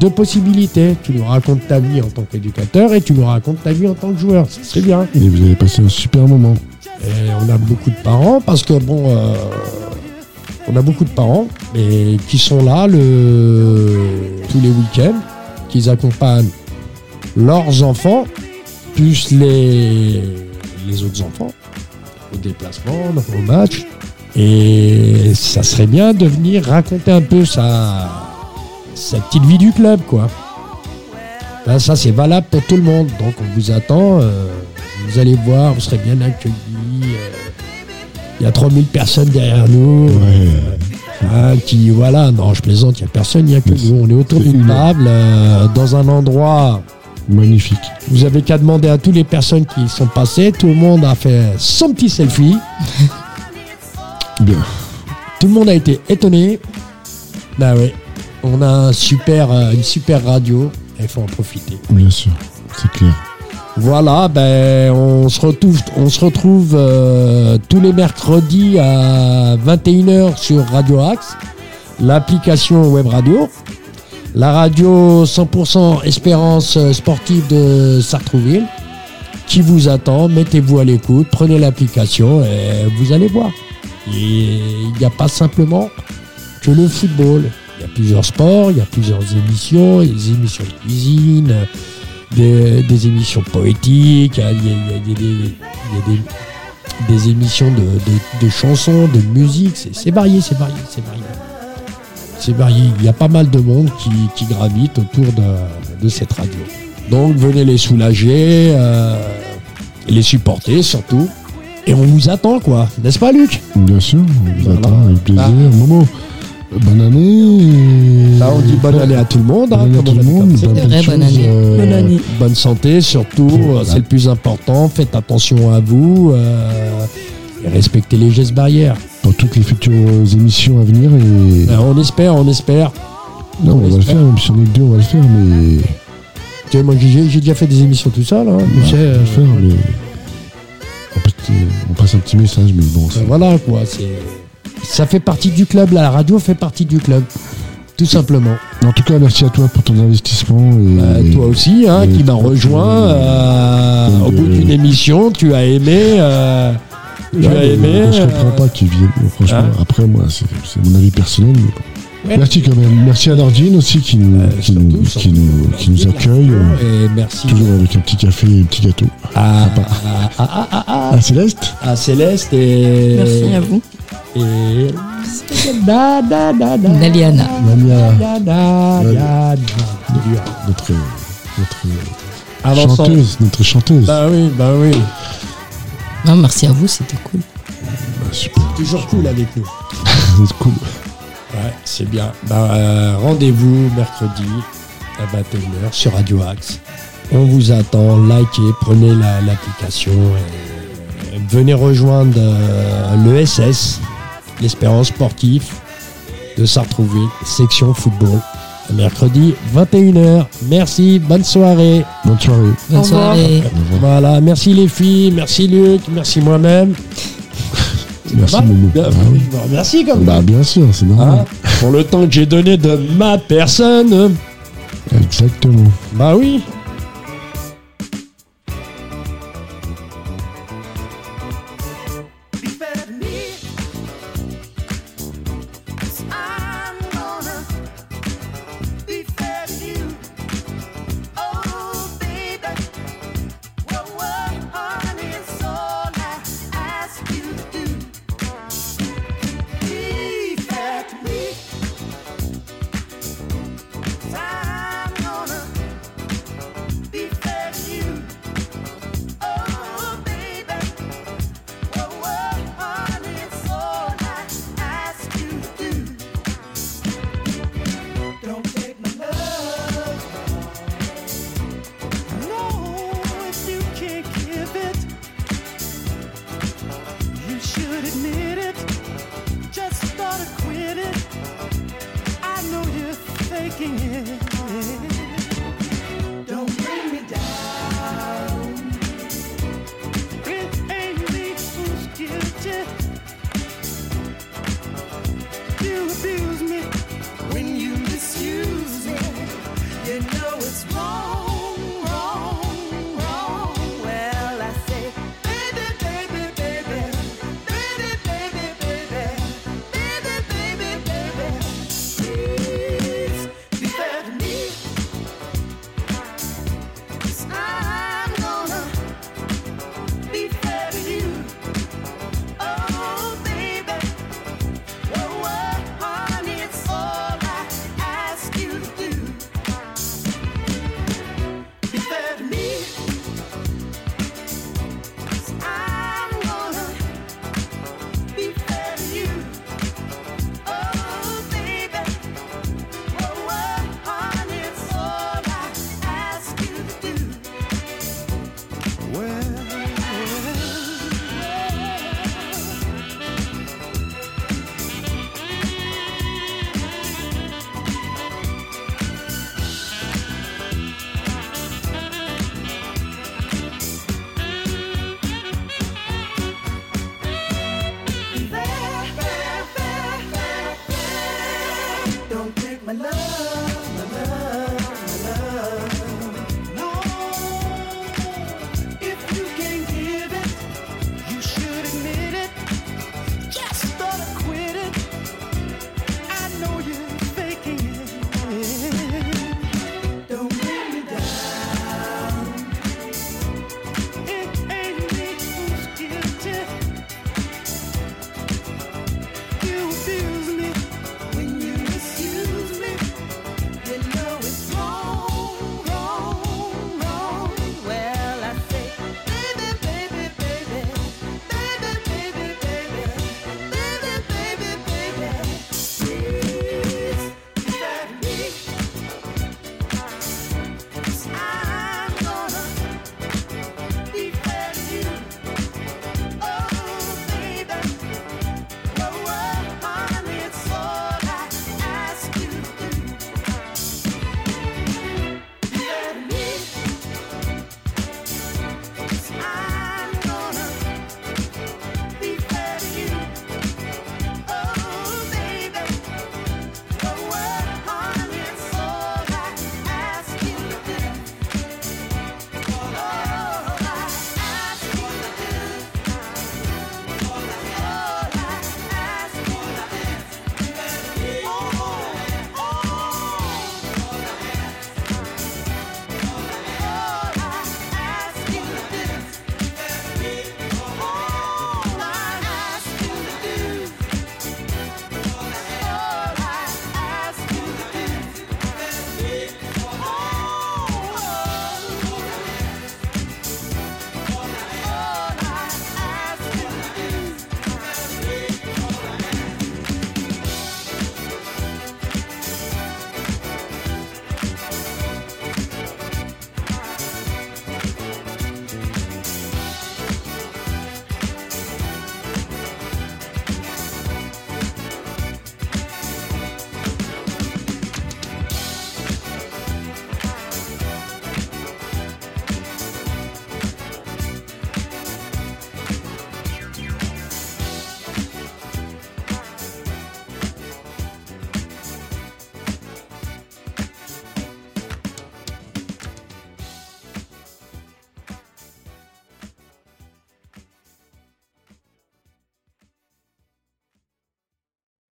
B: deux possibilités. Tu nous racontes ta vie en tant qu'éducateur et tu nous racontes ta vie en tant que joueur. C'est bien.
C: Et vous avez passé un super moment.
B: Et on a beaucoup de parents parce que bon, euh, on a beaucoup de parents mais qui sont là le, tous les week-ends, qui accompagnent leurs enfants plus les, les autres enfants au déplacement, au match. Et ça serait bien de venir raconter un peu sa, sa petite vie du club, quoi. Ben, ça, c'est valable pour tout le monde. Donc, on vous attend. euh, vous allez voir, vous serez bien accueillis. euh, Il y a 3000 personnes derrière nous.
C: Ouais.
B: hein, qui, voilà, non, je plaisante, il n'y a personne, il n'y a que
C: Mais
B: nous. On est autour
C: c'est
B: d'une
C: une-
B: table, euh, dans un endroit.
C: Magnifique.
B: Vous avez qu'à demander à toutes les personnes qui y sont passées. Tout le monde a fait son petit selfie.
C: Bien.
B: Tout le monde a été étonné. Bah oui, on a un super, euh, une super radio. Il faut en profiter.
C: Bien sûr. C'est clair.
B: Voilà, ben on se retrouve, on se retrouve euh, tous les mercredis à 21h sur Radio Axe, l'application web radio, la radio 100% espérance euh, sportive de Sartrouville, qui vous attend. Mettez-vous à l'écoute, prenez l'application et vous allez voir. Et il n'y a pas simplement que le football. Il y a plusieurs sports, il y a plusieurs émissions, des émissions de cuisine des, des émissions poétiques, hein, il y a, il y a- il y a des, il y a des- des émissions de, de- de chansons, de musique, c'est c'est varié, c'est varié, c'est varié. C'est varié, il y a pas mal de monde qui, qui gravite autour de, de cette radio. Donc venez les soulager, euh, les supporter surtout. Et on vous attend quoi, n'est-ce pas Luc
C: Bien sûr. On vous
B: Voilà.
C: attend avec plaisir. Momo, bonne année. et-
B: Là on dit bonne année à tout le monde, hein,
C: Bonne année à
B: comme
C: tout
B: on a
C: le
B: dit
C: monde.
B: comme ça.
C: plein
E: C'est vrai,
C: de
E: bonne
C: choses,
E: année.
C: euh,
D: Bonne année.
B: Bonne santé surtout,
C: Voilà.
B: euh, c'est le plus important. Faites attention à vous euh, et respectez les gestes barrières.
C: Dans toutes les futures euh, émissions à venir. Et...
B: Euh, on espère, on espère.
C: non, on va le
B: espère.
C: faire. Même si on est que deux, on va le faire. Mais.
B: Tu sais, moi j'ai j'ai déjà fait des émissions tout seul. hein, tu
C: Ouais,
B: sais,
C: on va
B: euh,
C: le faire. Mais. En fait, euh, on passe un petit message, mais bon.
B: ben
C: c'est-
B: voilà quoi, c'est. Ça fait partie du club, là, la radio fait partie du club. Tout simplement.
C: En tout cas, merci à toi pour ton investissement. Et...
B: Euh, toi aussi, hein,
C: et-
B: qui m'a rejoint euh,
C: Donc,
B: au bout
C: euh,
B: d'une émission, tu as aimé. euh, tu
C: Ouais,
B: as
C: mais
B: aimé.
C: Je comprends
B: euh,
C: pas qu'ils viennent. Franchement,
B: hein
C: après, moi, c'est c'est mon avis personnel. mais bon.
B: Ouais.
C: Merci quand même. Merci à Nordine aussi qui nous,
B: euh,
C: qui
B: surtout,
C: nous,
B: surtout,
C: qui nous, qui nous accueille. euh,
B: Et merci
C: Toujours avec un petit café et un petit gâteau.
B: à- à- à- à- à-
C: Ah, Céleste
B: à Céleste et.
D: Merci à vous.
B: Et. Da, da, da, da.
E: Daliana.
B: Ah,
C: Mania,
B: Da, da, da, da.
C: euh, notre, notre
B: Avançons.
C: Chanteuse, notre chanteuse.
B: Bah oui, bah oui.
E: Ah, merci à vous, c'était cool.
C: Bah, super,
B: Toujours cool avec nous.
C: vous êtes cool.
B: Ouais, c'est bien. Bah, euh, Rendez-vous mercredi à 21h sur Radio Axe. On vous attend, likez, prenez la- l'application et, et venez rejoindre euh, le l'ESS, l'Espérance Sportive de Sartrouville, section football. À Mercredi 21h. Merci, bonne soirée.
C: Bonne soirée.
E: Bonne
D: Au revoir.
B: Bah,
E: soirée.
C: Au revoir.
B: Voilà, merci les filles, merci Luc, merci moi-même.
C: Merci,
B: Bah,
C: Momo.
B: bah,
C: Ah oui.
B: je vous remercie comme
C: Bah, bien sûr, c'est
B: Hein,
C: normal.
B: pour le temps que j'ai donné de ma personne.
C: Exactement.
B: Bah oui,